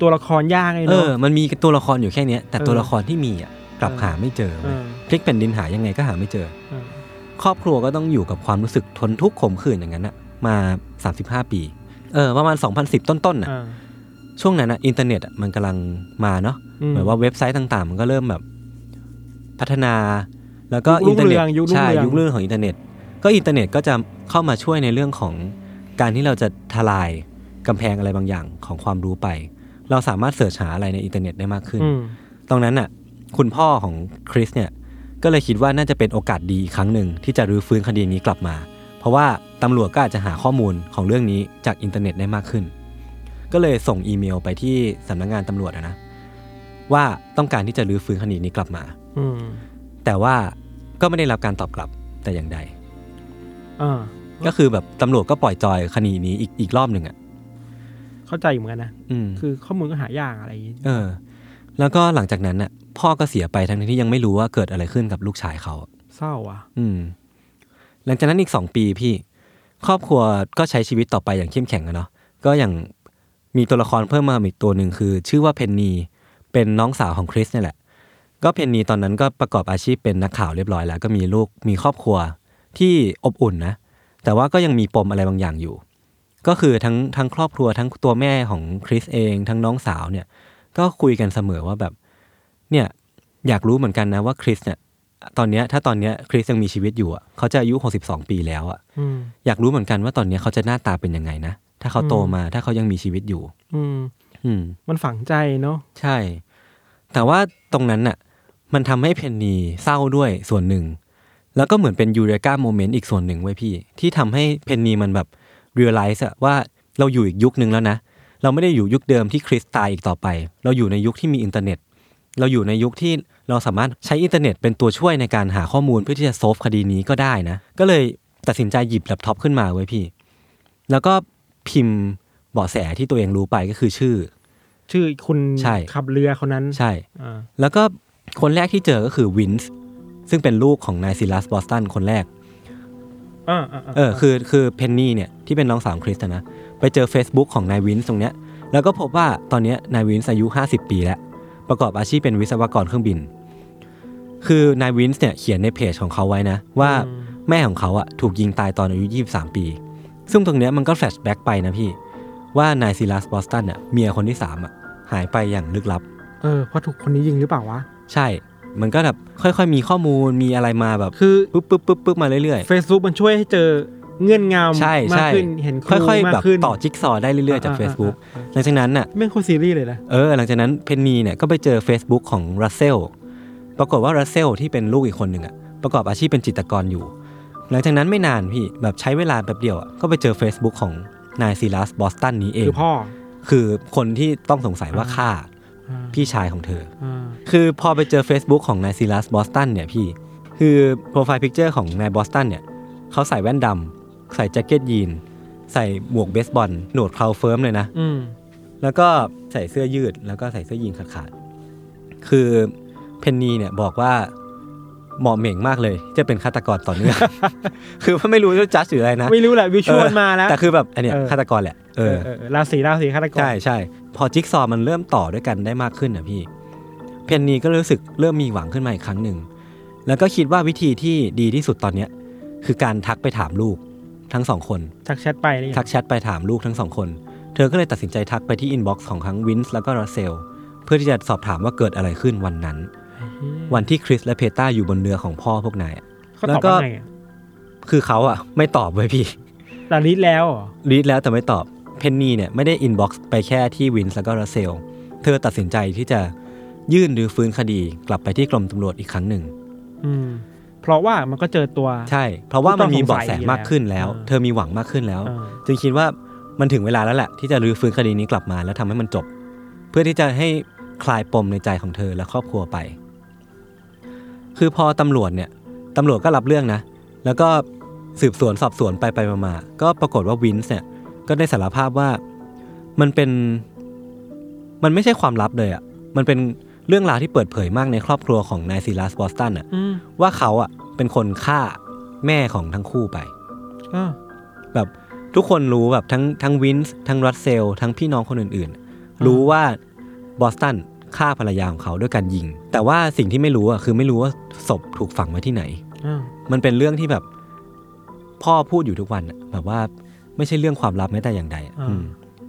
Speaker 3: ตัวละครยากไง
Speaker 2: เอ
Speaker 3: เนาะ
Speaker 2: อ มันมีตัวละครอยู่แค่เนี้ยแต่ตัวละครที่มีอ่ะกลับ
Speaker 3: เออ
Speaker 2: หาไม่เจอ
Speaker 3: เอ
Speaker 2: เว้ย
Speaker 3: อ
Speaker 2: พลิกแผ่นดินหายังไงก็หาไม่เจอ
Speaker 3: เออ
Speaker 2: ครอบครัวก็ต้องอยู่กับความรู้สึกทนทุกข์ขมขื่นอย่างนั้นอะมา 35 ปี เออ ประมาณ 2010 ต้นๆน่ะ
Speaker 3: เออ
Speaker 2: ช่วงนั้นอะอินเทอร์เน็ตอะมันกำลังมาเนาะ
Speaker 3: อืม
Speaker 2: เหมือนว่าเว็บไซต์ต่างๆ มันก็เริ่มแบบพัฒนา แล้วก็
Speaker 3: ยุ
Speaker 2: อิน
Speaker 3: ค
Speaker 2: เทอ
Speaker 3: รุ่
Speaker 2: ร์
Speaker 3: ง
Speaker 2: เน็ต
Speaker 3: เรืองยุครุ่ง
Speaker 2: ใช่
Speaker 3: เรือง
Speaker 2: ยุคเรื่องของอินเทอร์เน็ต ก็อินเทอร์เน็ตก็จะเข้ามาช่วยในเรื่องของการที่เราจะทลายกำแพงอะไรบางอย่างของความรู้ไป เราสามารถเสิร์ชหาอะไรในอินเทอร์เน็ตได้มากขึ้น
Speaker 3: อืม
Speaker 2: ตรงนั้นน่ะ คุณพ่อของคริสเนี่ย ก็เลยคิดว่าน่าจะเป็นโอกาสดีอีกครั้งหนึ่งที่จะรื้อฟื้นคดีนี้กลับมา เพราะว่าตำรวจก็อาจจะหาข้อมูลของเรื่องนี้จากอินเทอร์เน็ตได้มากขึ้น ก็เลยส่งอีเมลไปที่สำนักงานตำรวจอะนะ ว่าต้องการที่จะรื้อฟื้นคดีนี้กลับมา
Speaker 3: อืม
Speaker 2: แต่ว่าก็ไม่ได้รับการตอบกลับแต่อย่างใด
Speaker 3: อ่า
Speaker 2: ก็คือแบบตำรวจก็ปล่อยจอยคดีนี้อีกอีกรอบหนึ่งอ่ะ
Speaker 3: เข้าใจอยู่เหมือนกันนะ
Speaker 2: อืม
Speaker 3: คือข้อมูลก็หายากอะไรอย่างงี้
Speaker 2: เออ แล้วก็หลังจากนั้นน่ะ พ่อก็เสียไปทั้งที่ยังไม่รู้ว่าเกิดอะไรขึ้นกับลูกชายเขา
Speaker 3: เศร้าอ่ะ
Speaker 2: อืม หลังจากนั้นอีกสองปีพี่ ครอบครัวก็ใช้ชีวิตต่อไปอย่างเข้มแข็งอะเนาะก็อย่างมีตัวละครเพิ่มมาอีกตัวหนึ่งคือ ชื่อว่าเพนนีเป็นน้องสาวของคริสเนี่ยแหละ ก็เพนนีตอนนั้นก็ประกอบอาชีพเป็นนักข่าวเรียบร้อยแล้ว ก็มีลูกมีครอบครัวที่อบอุ่นนะ แต่ว่าก็ยังมีปมอะไรบางอย่างอยู่ ก็คือทั้งทั้งครอบครัวทั้งตัวแม่ของคริสเองทั้งน้องสาวเนี่ย ก็คุยกันเสมอว่าแบบ เนี่ย อยากรู้เหมือนกันนะว่าคริสเนี่ย ตอนเนี้ยถ้าตอนเนี้ยคริสยังมีชีวิตอยู่อะเขาจะอายุ 62 ปีแล้วอะ
Speaker 3: อืม
Speaker 2: อยากรู้เหมือนกันว่าตอนเนี้ยเขาจะหน้าตาเป็นยังไงนะ ถ้าเขาโต
Speaker 3: อืม
Speaker 2: มาถ้าเขายังมีชีวิตอยู่
Speaker 3: อืม
Speaker 2: อืม
Speaker 3: มันฝังใจเนาะ
Speaker 2: ใช่ แต่ว่าตรงนั้นน่ะ มันทำให้เพนนีเศร้าด้วยส่วนหนึ่ง แล้วก็เหมือนเป็นยูเรกาโมเมนต์อีกส่วนหนึ่งไว้ยพี่ ที่ทำให้เพนนีมันแบบเรียลไลซ์ว่าเราอยู่อีกยุคนึงแล้วนะ เราไม่ได้อยู่ยุคเดิมที่คริสตายอีกต่อไป เราอยู่ในยุคที่มีอินเทอร์เน็ต เราอยู่ในยุคที่เราสามารถใช้อินเทอร์เน็ตเป็นตัวช่วยในการหาข้อมูลเพื่อที่จะโซฟคดีนี้ก็ได้นะ ก็เลยตัดสินใจหยิบแล็ปท็อปขึ้นมาไว้ยพี่ แล้วก็พิมพ์เบาะแสที่ตัวเองรู้ไปก็คือชื่อ
Speaker 3: ชื่อคุณ
Speaker 2: ใช่
Speaker 3: ขับเรือคนนั้น
Speaker 2: ใช่
Speaker 3: อ่า
Speaker 2: แล้วก็คนแรกที่เจอก็คือวินส์ซึ่งเป็นลูกของนายซิลัสบอสตันคนแรก
Speaker 3: อ่าาา
Speaker 2: เออคือคือเพนนี่เนี่ยที่เป็นน้องสาวของคริสอะนะ ไปเจอ Facebook ของนายวินส์ตรงเนี้ยแล้วก็พบว่าตอนเนี้ยนายวินส์อายุ 50 ปีแล้ว ประกอบอาชีพเป็นวิศวกรเครื่องบิน คือนายวินส์เนี่ยเขียนในเพจของเขาไว้นะ ว่าแม่ของเขาอะถูกยิงตายตอนอายุ 23 ปี ซึ่งตรงเนี้ยมันก็แฟลชแบ็กไปนะพี่ ว่านายซิลัสบอสตันอะเมียคนที่สามอะหายไปอย่างลึกลับ
Speaker 3: เออเพราะถูกคนนี้ยิงหรือเปล่าวะ
Speaker 2: ใช่ มันก็แบบค่อยๆ มีข้อมูลมีอะไรมาแบบ
Speaker 3: คือ
Speaker 2: ปึ๊บปึ๊บปึ๊บปึ๊บมาเรื่อย
Speaker 3: Facebook มันช่วยให้เจอเงื่อนงาม
Speaker 2: ๆ ใช่
Speaker 3: มาก
Speaker 2: ใช่
Speaker 3: ขึ้นเห็นรู
Speaker 2: ค่อยๆ
Speaker 3: มา
Speaker 2: แบ
Speaker 3: ก
Speaker 2: บ
Speaker 3: ขึ้น
Speaker 2: ต่อจิ๊กซอว์ได้เรื่อยๆ จาก Facebook
Speaker 3: อ่าอ่า
Speaker 2: หลังจากนั้นน่ะ
Speaker 3: อ่าแม่งโคตรซีรีส์เลยนะ
Speaker 2: เออ หลังจากนั้นเพนนีเนี่ยก็ไปเจอ Facebook ของรัสเซล ปรากฏว่ารัสเซลที่เป็นลูกอีกคนหนึ่งอะประกอบอาชีพเป็นจิตรกรอยู่ หลังจากนั้นไม่นานพี่แบบใช้เวลาแป๊บเดียวอะก็ไปเจอ Facebook ของนายซีลัสบอสตันนี้เอง
Speaker 3: คือพ่อ
Speaker 2: คือคนที่ต้องสงสัยว่าฆ่า
Speaker 3: อ่า
Speaker 2: พี่ชายของเธอ
Speaker 3: อ่า
Speaker 2: คือพอไปเจอ Facebook ของนายซีลัสบอสตันเนี่ยพี่ คือโปรไฟล์พิกเจอร์ของนายบอสตันเนี่ยเขาใส่แว่นดำใส่แจ็คเก็ตยีน ใส่หมวกเบสบอลหนวดเคราเฟิร์มเลยนะ
Speaker 3: อืม
Speaker 2: แล้วก็ใส่เสื้อยืดแล้วก็ใส่เสื้อยีนขาดๆคือเพนนีเนี่ยบอกว่าเหมาะเหม่งมากเลยที่จะเป็นฆาตกรต่อเนื่อง <laughs> คือว่าไม่รู้จะจัดหรืออะไรนะ
Speaker 3: ไม่รู้แหละวิชวล
Speaker 2: เออ
Speaker 3: มาแล้ว
Speaker 2: แต่คือแบบอันเนี้ย
Speaker 3: เออ
Speaker 2: ฆาตกรแหละเออ
Speaker 3: เออเออราศีราศีฆาตกร
Speaker 2: ใช่ใช่พอจิ๊กซอว์มันเริ่มต่อด้วยกันได้มากขึ้นนะพี่ เพนนีก็รู้สึกเริ่มมีหวังขึ้นมาอีกครั้งหนึ่ง แล้วก็คิดว่าวิธีที่ดีที่สุดตอนเนี้ยคือการทักไปถามลูกทั้งสองคน
Speaker 3: ทักแชทไปนี่
Speaker 2: ทักแชทไปถามลูกทั้งสองคน เธอก็เลยตัดสินใจทักไปที่อินบ็อกซ์ของทั้งวินส์แล้วก็รัสเซล เพื่อที่จะสอบถามว่าเกิดอะไรขึ้นวันนั้น วันที่คริสและเพต้าอยู่บนเรือของพ่อพวกนายอะ
Speaker 3: เขา
Speaker 2: แล้
Speaker 3: ตอบ
Speaker 2: วก็
Speaker 3: ว่าไงอะ
Speaker 2: คือเขาอะไม่ตอบเว้ยพี่
Speaker 3: ลาลิสแล้วเหรอ
Speaker 2: รีดแล้วแต่ไม่ตอบ เพนนีเนี่ยไม่ได้อินบ็อกซ์ไปแค่ที่วินส์แล้วก็รัสเซล เธอตัดสินใจที่จะยื่นหรือฟื้นคดีกลับไปที่กรมตำรวจอีกครั้งหนึ่ง
Speaker 3: อืม เพราะว่ามันก็เจอตัว
Speaker 2: ใช่ เพราะว่ามันมีเบาะแสมากขึ้นแล้ว
Speaker 3: เออ
Speaker 2: เธอมีหวังมากขึ้นแล้ว
Speaker 3: เออ
Speaker 2: จึงคิดว่ามันถึงเวลาแล้วแหละที่จะรื้อฟื้นคดีนี้กลับมาแล้วทำให้มันจบ เพื่อที่จะให้คลายปมในใจของเธอและครอบครัวไป คือพอตำรวจเนี่ยตำรวจก็รับเรื่องนะ แล้วก็สืบสวนสอบสวนไปไปมามาก็ปรากฏว่าวินส์เนี่ยก็ได้สารภาพว่ามันเป็น มันไม่ใช่ความลับเลยอะ่ะมันเป็นเรื่องราวที่เปิดเผยมากในครอบครัวของนายซีลัสบอสตันอ่ะ
Speaker 3: อืม
Speaker 2: ว่าเขาอ่ะเป็นคนฆ่าแม่ของทั้งคู่ไป
Speaker 3: เออ
Speaker 2: แบบทุกคนรู้แบบทั้งทั้งวินส์ทั้งรัสเซล ทั้งพี่น้องคนอื่นๆ รู้ว่าบอสตันฆ่าภรรยาของเขาด้วยการยิง แต่ว่าสิ่งที่ไม่รู้อ่ะคือไม่รู้ว่าศพถูกฝังไว้ที่ไหน
Speaker 3: เออ
Speaker 2: มันเป็นเรื่องที่แบบพ่อพูดอยู่ทุกวันอะแบบว่าไม่ใช่เรื่องความลับแม้แต่อย่างใดอะอืม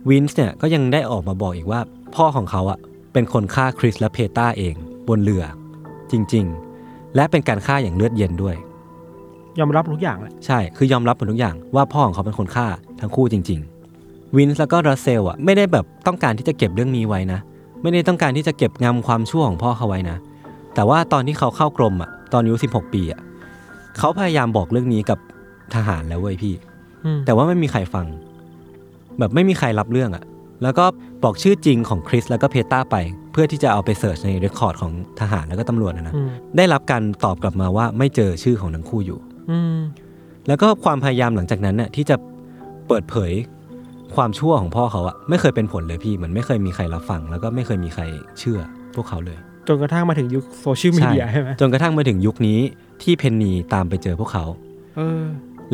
Speaker 2: วินส์เนี่ยก็ยังได้ออกมาบอกอีกว่า พ่อของเขาอ่ะเป็นคนฆ่าคริสและเพตาเอง บนเรือ จริง ๆ และเป็นการฆ่าอย่างเลือดเย็นด้วย
Speaker 3: ยอมรับทุกอย่างแหละ
Speaker 2: ใช่ คือยอมรับหมดทุกอย่างว่าพ่อของเขาเป็นคนฆ่าทั้งคู่จริง ๆ วินส์แล้วก็รัสเซลอ่ะไม่ได้แบบต้องการที่จะเก็บเรื่องนี้ไว้นะ ไม่ได้ต้องการที่จะเก็บงำความชั่วของพ่อเขาไว้นะ แต่ว่าตอนที่เขาเข้ากรมอ่ะตอนอายุ16 ปีอ่ะเขาพยายามบอกเรื่องนี้กับทหารแล้วเว้ยพี่
Speaker 3: อืม
Speaker 2: แต่ว่าไม่มีใครฟัง แบบไม่มีใครรับเรื่องอะแล้วก็บอกชื่อจริงของคริสแล้วก็เพต้าไป เพื่อที่จะเอาไปเสิร์ชในเรคคอร์ดของทหารแล้วก็ตำรวจนะนะ
Speaker 3: อืม
Speaker 2: ได้รับการตอบกลับมาว่าไม่เจอชื่อของทั้งคู่อยู่
Speaker 3: อืม
Speaker 2: แล้วก็ความพยายามหลังจากนั้นน่ะที่จะเปิดเผยความชั่วของพ่อเขาอะไม่เคยเป็นผลเลยพี่เหมือนไม่เคยมีใครรับฟัง แล้วก็ไม่เคยมีใครเชื่อพวกเขาเลย
Speaker 3: จนกระทั่งมาถึงยุคโซเชียลมีเดียใช่ไหม
Speaker 2: จนกระทั่งมาถึงยุคนี้ที่เพนนีตามไปเจอพวกเขา
Speaker 3: เออ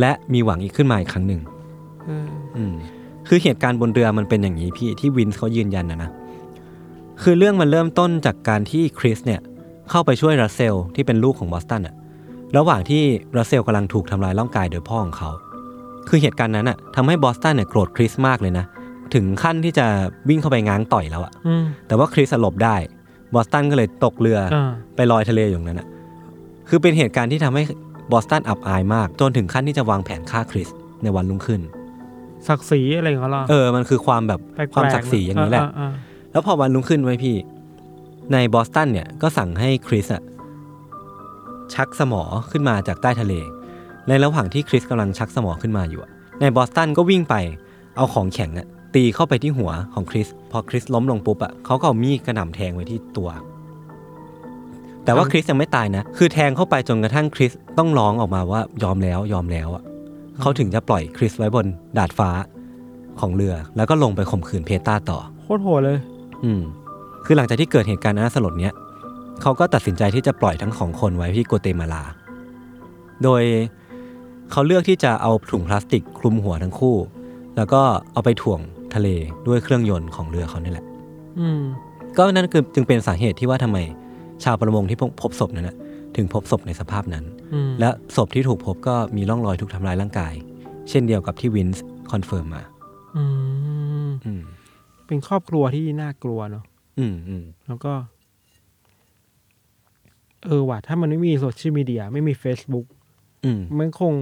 Speaker 2: และมีหวังอีกขึ้นมาอีกครั้งหนึ่ง
Speaker 3: เออ
Speaker 2: อืมคือเหตุการณ์บนเรือมันเป็นอย่างนี้พี่ที่วินส์เขายืนยันนะนะคือเรื่องมันเริ่มต้นจากการที่คริสเนี่ยเข้าไปช่วยรัสเซลที่เป็นลูกของบอสตันอะระหว่างที่รัสเซลกำลังถูกทำลายร่างกายโดยพ่อของเขา คือเหตุการณ์นั้นอะทำให้บอสตันเนี่ยโกรธคริสมากเลยนะ ถึงขั้นที่จะวิ่งเข้าไปง้างต่อยแล้วอะ
Speaker 3: อืม
Speaker 2: แต่ว่าคริสอะหลบได้ บอสตันก็เลยตกเรือ
Speaker 3: อ่า
Speaker 2: ไปลอยทะเลอยู่ตรงนั้นอะคือเป็นเหตุการณ์ที่ทำให้บอสตันอับอายมาก จนถึงขั้นที่จะวางแผนฆ่าคริสในวันรุ่งขึ้น
Speaker 3: ศักดิ์ศรีอะไรของเรา
Speaker 2: เออ มันคือความแบบ
Speaker 3: แปลกๆ
Speaker 2: ความศักดิ์ศรีอย่างนี้แหละ
Speaker 3: อ่าอ่า
Speaker 2: แล้วพอวันรุ่งขึ้นไว้ยพี่ ในบอสตันเนี่ยก็สั่งให้คริสอะ ชักสมอขึ้นมาจากใต้ทะเล ในระหว่างที่คริสกำลังชักสมอขึ้นมาอยู่อะในบอสตันก็วิ่งไปเอาของแข็งอะตีเข้าไปที่หัวของคริส พอคริสล้มลงปุ๊บอะเขาก็เอามีดกระหน่ำแทงไว้ที่ตัว แต่ว่าคริสยังไม่ตายนะ คือแทงเข้าไปจนกระทั่งคริสต้องร้องออกมาว่ายอมแล้วยอมแล้วอะเขาถึงจะปล่อยคริสไว้บนดาดฟ้าของเรือ แล้วก็ลงไปข่มขืนเพตาต่อ
Speaker 3: โคตรโหดเลย
Speaker 2: อืมคือหลังจากที่เกิดเหตุการณ์น่าสลดเนี้ยเขาก็ตัดสินใจที่จะปล่อยทั้งสองคนไว้ที่โกเตมาลา โดยเขาเลือกที่จะเอาถุงพลาสติกคลุมหัวทั้งคู่ แล้วก็เอาไปถ่วงทะเลด้วยเครื่องยนต์ของเรือเขานี่แหละ
Speaker 3: อืม
Speaker 2: ก็นั่นคือจึงเป็นสาเหตุที่ว่าทำไมชาวประมงที่พบศพนั้นนะถึงพบศพในสภาพนั้น
Speaker 3: อืม
Speaker 2: และศพที่ถูกพบก็มีร่องรอยถูกทำลายร่างกาย เช่นเดียวกับที่วินส์คอนเฟิร์มมา
Speaker 3: อืม
Speaker 2: อืม
Speaker 3: เป็นครอบครัวที่น่ากลัวเนาะ
Speaker 2: อืมอืม
Speaker 3: แล้วก็ เออว่ะถ้ามันไม่มีโซเชียลมีเดีย ไม่มี Facebook
Speaker 2: อืม
Speaker 3: มันคง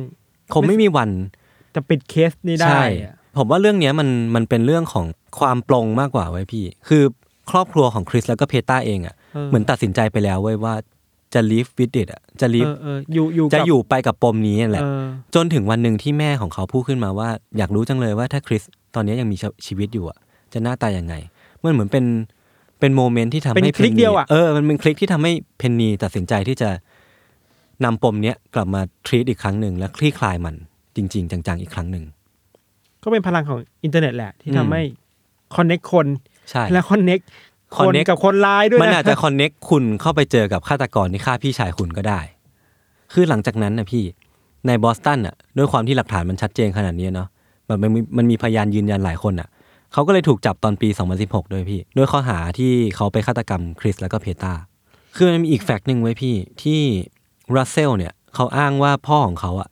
Speaker 2: คงไม่มีวัน
Speaker 3: จะปิดเคสนี้ได้
Speaker 2: ใช่
Speaker 3: อะ
Speaker 2: ผมว่าเรื่องเนี้ยมันมันเป็นเรื่องของความปลงมากกว่าไว้ยพี่ คือครอบครัวของคริสแล้วก็เพตาเองอะ่ะ เหมือนตัดสินใจไปแล้วเว้ยว่าจะ live with it อะจะ
Speaker 3: เอ
Speaker 2: live
Speaker 3: อเอออยู่อยู่
Speaker 2: จะ
Speaker 3: กับ
Speaker 2: อยู่ไปกับปมนี้นั่นแหละ
Speaker 3: เออ
Speaker 2: จนถึงวันหนึ่งที่แม่ของเขาพูดขึ้นมาว่า อยากรู้จังเลยว่าถ้าคริสตอนเนี้ยยังมีชีชีวิตอยู่อะจะหน้าตายังไง มันเหมือนเป็นเป็นโมเมนต์ที่ทำ
Speaker 3: เป็
Speaker 2: ให้
Speaker 3: นคลิก
Speaker 2: พ
Speaker 3: เดียวอะ
Speaker 2: เออมันเป็นคลิกที่ทำให้เพนนีตัดสินใจที่จะนำปมเนี้ยกลับมาทรีตอีกครั้งหนึ่งและคลี่คลายมันจริง ๆ จังๆอีกครั้งหนึ่ง
Speaker 3: ก็เป็นพลังของอินเทอร์เน็ตแหละ ที่
Speaker 2: อื
Speaker 3: ทำ
Speaker 2: ม
Speaker 3: ให้คอนเน็กคน
Speaker 2: ใช่
Speaker 3: และคอนเน็กคน
Speaker 2: connect
Speaker 3: กับคนร้ายด้วย
Speaker 2: มัน
Speaker 3: นะ
Speaker 2: อาจจะคอนเน็กคุณเข้าไปเจอกับฆาตกรที่ฆ่าพี่ชายคุณก็ได้ คือหลังจากนั้นนะพี่ ในบอสตันอ่ะ ด้วยความที่หลักฐานมันชัดเจนขนาดนี้เนาะ มันมันมีมันมีพยานยืนยันหลายคนอ่ะ เขาก็เลยถูกจับตอนปี 2016 ด้วยพี่ ด้วยข้อหาที่เขาไปฆาตกรรมคริสแล้วก็เพตาคือมันมีอีกแฟกต์หนึ่งไว้ยพี่ที่รัสเซลเนี่ยเขาอ้างว่าพ่อของเขาอ่ะ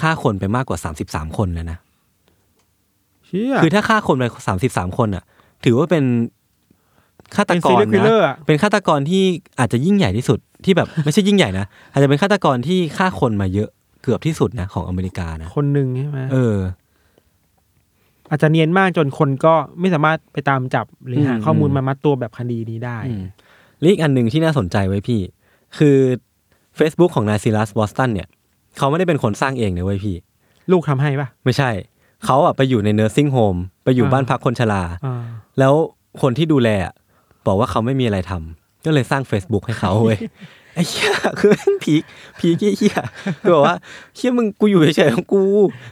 Speaker 2: ฆ่าคนไปมากกว่า 33 คนเลยนะ
Speaker 3: เชี่ย
Speaker 2: คือถ้าฆ่าคนไปสามสิบสามคนอ่ะ ถือว่าเป็นฆาต
Speaker 3: เป็น
Speaker 2: ก
Speaker 3: ซี
Speaker 2: ร
Speaker 3: รีส์คิลเล
Speaker 2: นะ
Speaker 3: อร์อะ
Speaker 2: เป็นฆาตกรที่อาจจะยิ่งใหญ่ที่สุดที่แบบ <laughs> ไม่ใช่ยิ่งใหญ่นะ อาจจะเป็นฆาตกรที่ฆ่าคนมาเยอะเกือบที่สุดนะของอเมริกานะ
Speaker 3: คนหนึ่งใช่ไหม
Speaker 2: เออ
Speaker 3: อาจจะเนียนมากจนคนก็ไม่สามารถไปตามจับหรือหา
Speaker 2: อืม
Speaker 3: ข้อมูลมามัดตัวแบบคดีนี้ได้
Speaker 2: อืมและอีกอันหนึ่งที่น่าสนใจไว้พี่ คือ Facebook ของนายซิลัสบอสตันเนี่ย เขาไม่ได้เป็นคนสร้างเองนะเว้ยพี่
Speaker 3: ลูกทำให้ปะ
Speaker 2: ไม่ใช่ เขาอะไปอยู่ในเนอร์ซิ่งโฮมไปอยู่
Speaker 3: อ่า
Speaker 2: บ้านพักคนชรา
Speaker 3: อ่า
Speaker 2: แล้วคนที่ดูแลอะบอกว่าเขาไม่มีอะไรทำก็เลยสร้าง Facebook ให้เขาเว้ย <laughs> ไอ้เหี้ยคือแม่งผีผีเหี้ยๆคือแบบว่าเหี้ยมึงกูอยู่เฉยๆของกู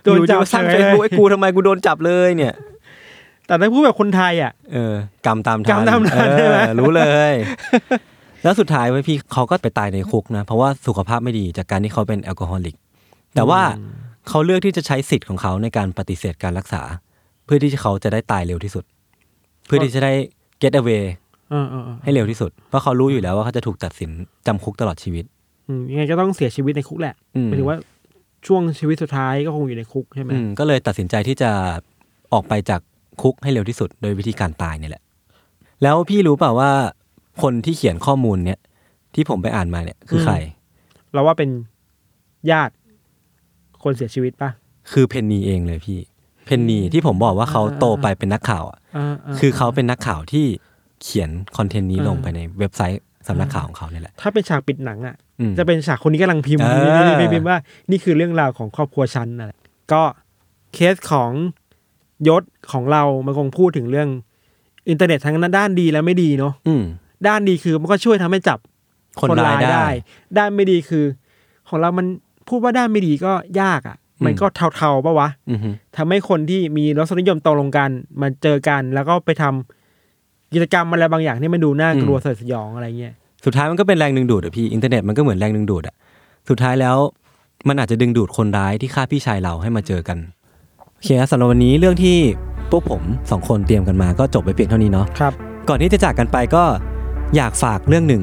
Speaker 2: อยู่ดีมาสร้างเฟซบุ๊กไอ้กูทำไมกูโดนจับเลยเนี่ย
Speaker 3: แต่ถ้าพูดแบบคนไทยอ่ะ
Speaker 2: เออกรรมตามทัน
Speaker 3: กรรมตามทันใช่ไหม
Speaker 2: เออรู้เลย แล้วสุดท้ายไว้ยพี่เขาก็ไปตายในคุกนะ เพราะว่าสุขภาพไม่ดีจากการที่เขาเป็นแอลกอฮอลิก แต่ว่าเขาเลือกที่จะใช้สิทธิ์ของเขาในการปฏิเสธการรักษา เพื่อที่เขาจะได้ตายเร็วที่สุด เพื่อที่จะได้ get away
Speaker 3: เออเออเออ
Speaker 2: ให้เร็วที่สุด เพราะเขารู้อยู่แล้วว่าเขาจะถูกตัดสินจำคุกตลอดชีวิต
Speaker 3: อืมยังไงก็ต้องเสียชีวิตในคุกแหละ
Speaker 2: อืม
Speaker 3: หมายถึงว่าช่วงชีวิตสุดท้ายก็คงอยู่ในคุกใช่ไหม
Speaker 2: อืมก็เลยตัดสินใจที่จะออกไปจากคุกให้เร็วที่สุด โดยวิธีการตายเนี่ยแหละ แล้วพี่รู้เปล่าว่าคนที่เขียนข้อมูลเนี่ยที่ผมไปอ่านมาเนี่ยคือใคร
Speaker 3: เราว่าเป็นญาติคนเสียชีวิตปะ
Speaker 2: คือเพนนีเองเลยพี่ เพนนีที่ผมบอกว่าเขาโตไปเป็นนักข่าวอ่ะ
Speaker 3: อ่าๆ
Speaker 2: คือเขาเป็นนักข่าวที่เขียนคอนเทนต์นี้
Speaker 3: อ่า
Speaker 2: ลงไปในเว็บไซต์สำนักข่าวของเขาเนี่ยแหละ
Speaker 3: ถ้าเป็นฉากปิดหนังอ่ะ
Speaker 2: อืม
Speaker 3: จะเป็นฉากคนนี้กำลังพิมพ์
Speaker 2: เออ
Speaker 3: พิมพ์พิมพ์พิมพ์ว่า นี่คือเรื่องราวของครอบครัวฉันอะไรก็เคสของยศของเรามันคงพูดถึงเรื่อง อินเทอร์เน็ตทั้งนั้นด้านดีและไม่ดีเนาะ
Speaker 2: อืม
Speaker 3: ด้านดีคือมันก็ช่วยทำให้จับ
Speaker 2: คนร้ายได้
Speaker 3: ด้านไม่ดีคือ ของเรามันพูดว่าด้านไม่ดีก็ยากอะ่ะ
Speaker 2: อืม
Speaker 3: มันก็เทาๆปะวะ
Speaker 2: อือฮึ
Speaker 3: ทำให้คนที่มีรสนิยมตรงลงกันมาเจอกัน แล้วก็ไปทำกิจกรรมอะไรบางอย่างที่มันดูน่ากลัวสยดสยองอะไรเงี้ย
Speaker 2: สุดท้ายมันก็เป็นแรงดึงดูดอะพี่อินเทอร์เน็ตมันก็เหมือนแรงดึงดูดอะสุดท้ายแล้วมันอาจจะดึงดูดคนร้ายที่ฆ่าพี่ชายเราให้มาเจอกันโอเคนะสำหรับวันนี้เรื่องที่พวกผมสองคนเตรียมกันมาก็จบไปเพียงเท่านี้เนาะ
Speaker 3: ครับ
Speaker 2: ก่อนที่จะจากกันไปก็อยากฝากเรื่องหนึ่ง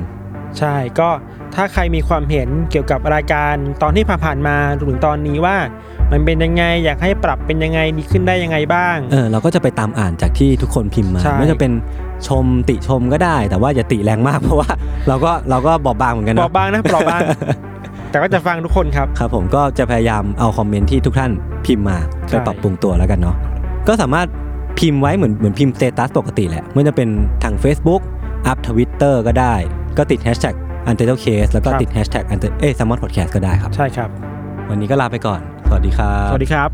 Speaker 3: ใช่ก็ถ้าใครมีความเห็นเกี่ยวกับรายการตอนที่ผ่านๆมารวมถึงตอนนี้ว่า มันเป็นยังไงอยากให้ปรับเป็นยังไงดีขึ้นได้ยังไงบ้าง
Speaker 2: เออเราก็จะไปตามอ่านจากที่ทุกคนพิมพ์มา
Speaker 3: ใช่
Speaker 2: ไม่ว่าจะเป็นชมติชมก็ได้ แต่ว่าอย่าติแรงมากเพราะว่า เราก็เราก็บอบบางเหมือนกัน
Speaker 3: ปลอบ
Speaker 2: เนาะ
Speaker 3: บ้างนะปลอบ
Speaker 2: <laughs>
Speaker 3: บ้าง แต่ก็จะฟังทุกคนครับ
Speaker 2: ครับผมก็จะพยายามเอาคอมเมนต์ที่ทุกท่านพิมพ์มา
Speaker 3: ใช่
Speaker 2: ไปปรับปรุงตัวแล้วกันเนาะก็สามารถพิมพ์ไว้เหมือนเหมือนพิมพ์สเตตัสปกติแหละไม่ว่าจะเป็นทาง Facebook อัพทวิตเตอร์ก็ได้ ก็ติดแฮชแท็ก อันเตอร์เคสแล้วก็
Speaker 3: ครับ
Speaker 2: ติดแฮชแท็กอันเตอร์เอ้ยซัมมอนพอดแคสต์ก็ได้ครับ
Speaker 3: ใช่ครับ
Speaker 2: วันนี้ก็ลาไปก่อน สวัสดีครับ
Speaker 3: สวัสดีครับ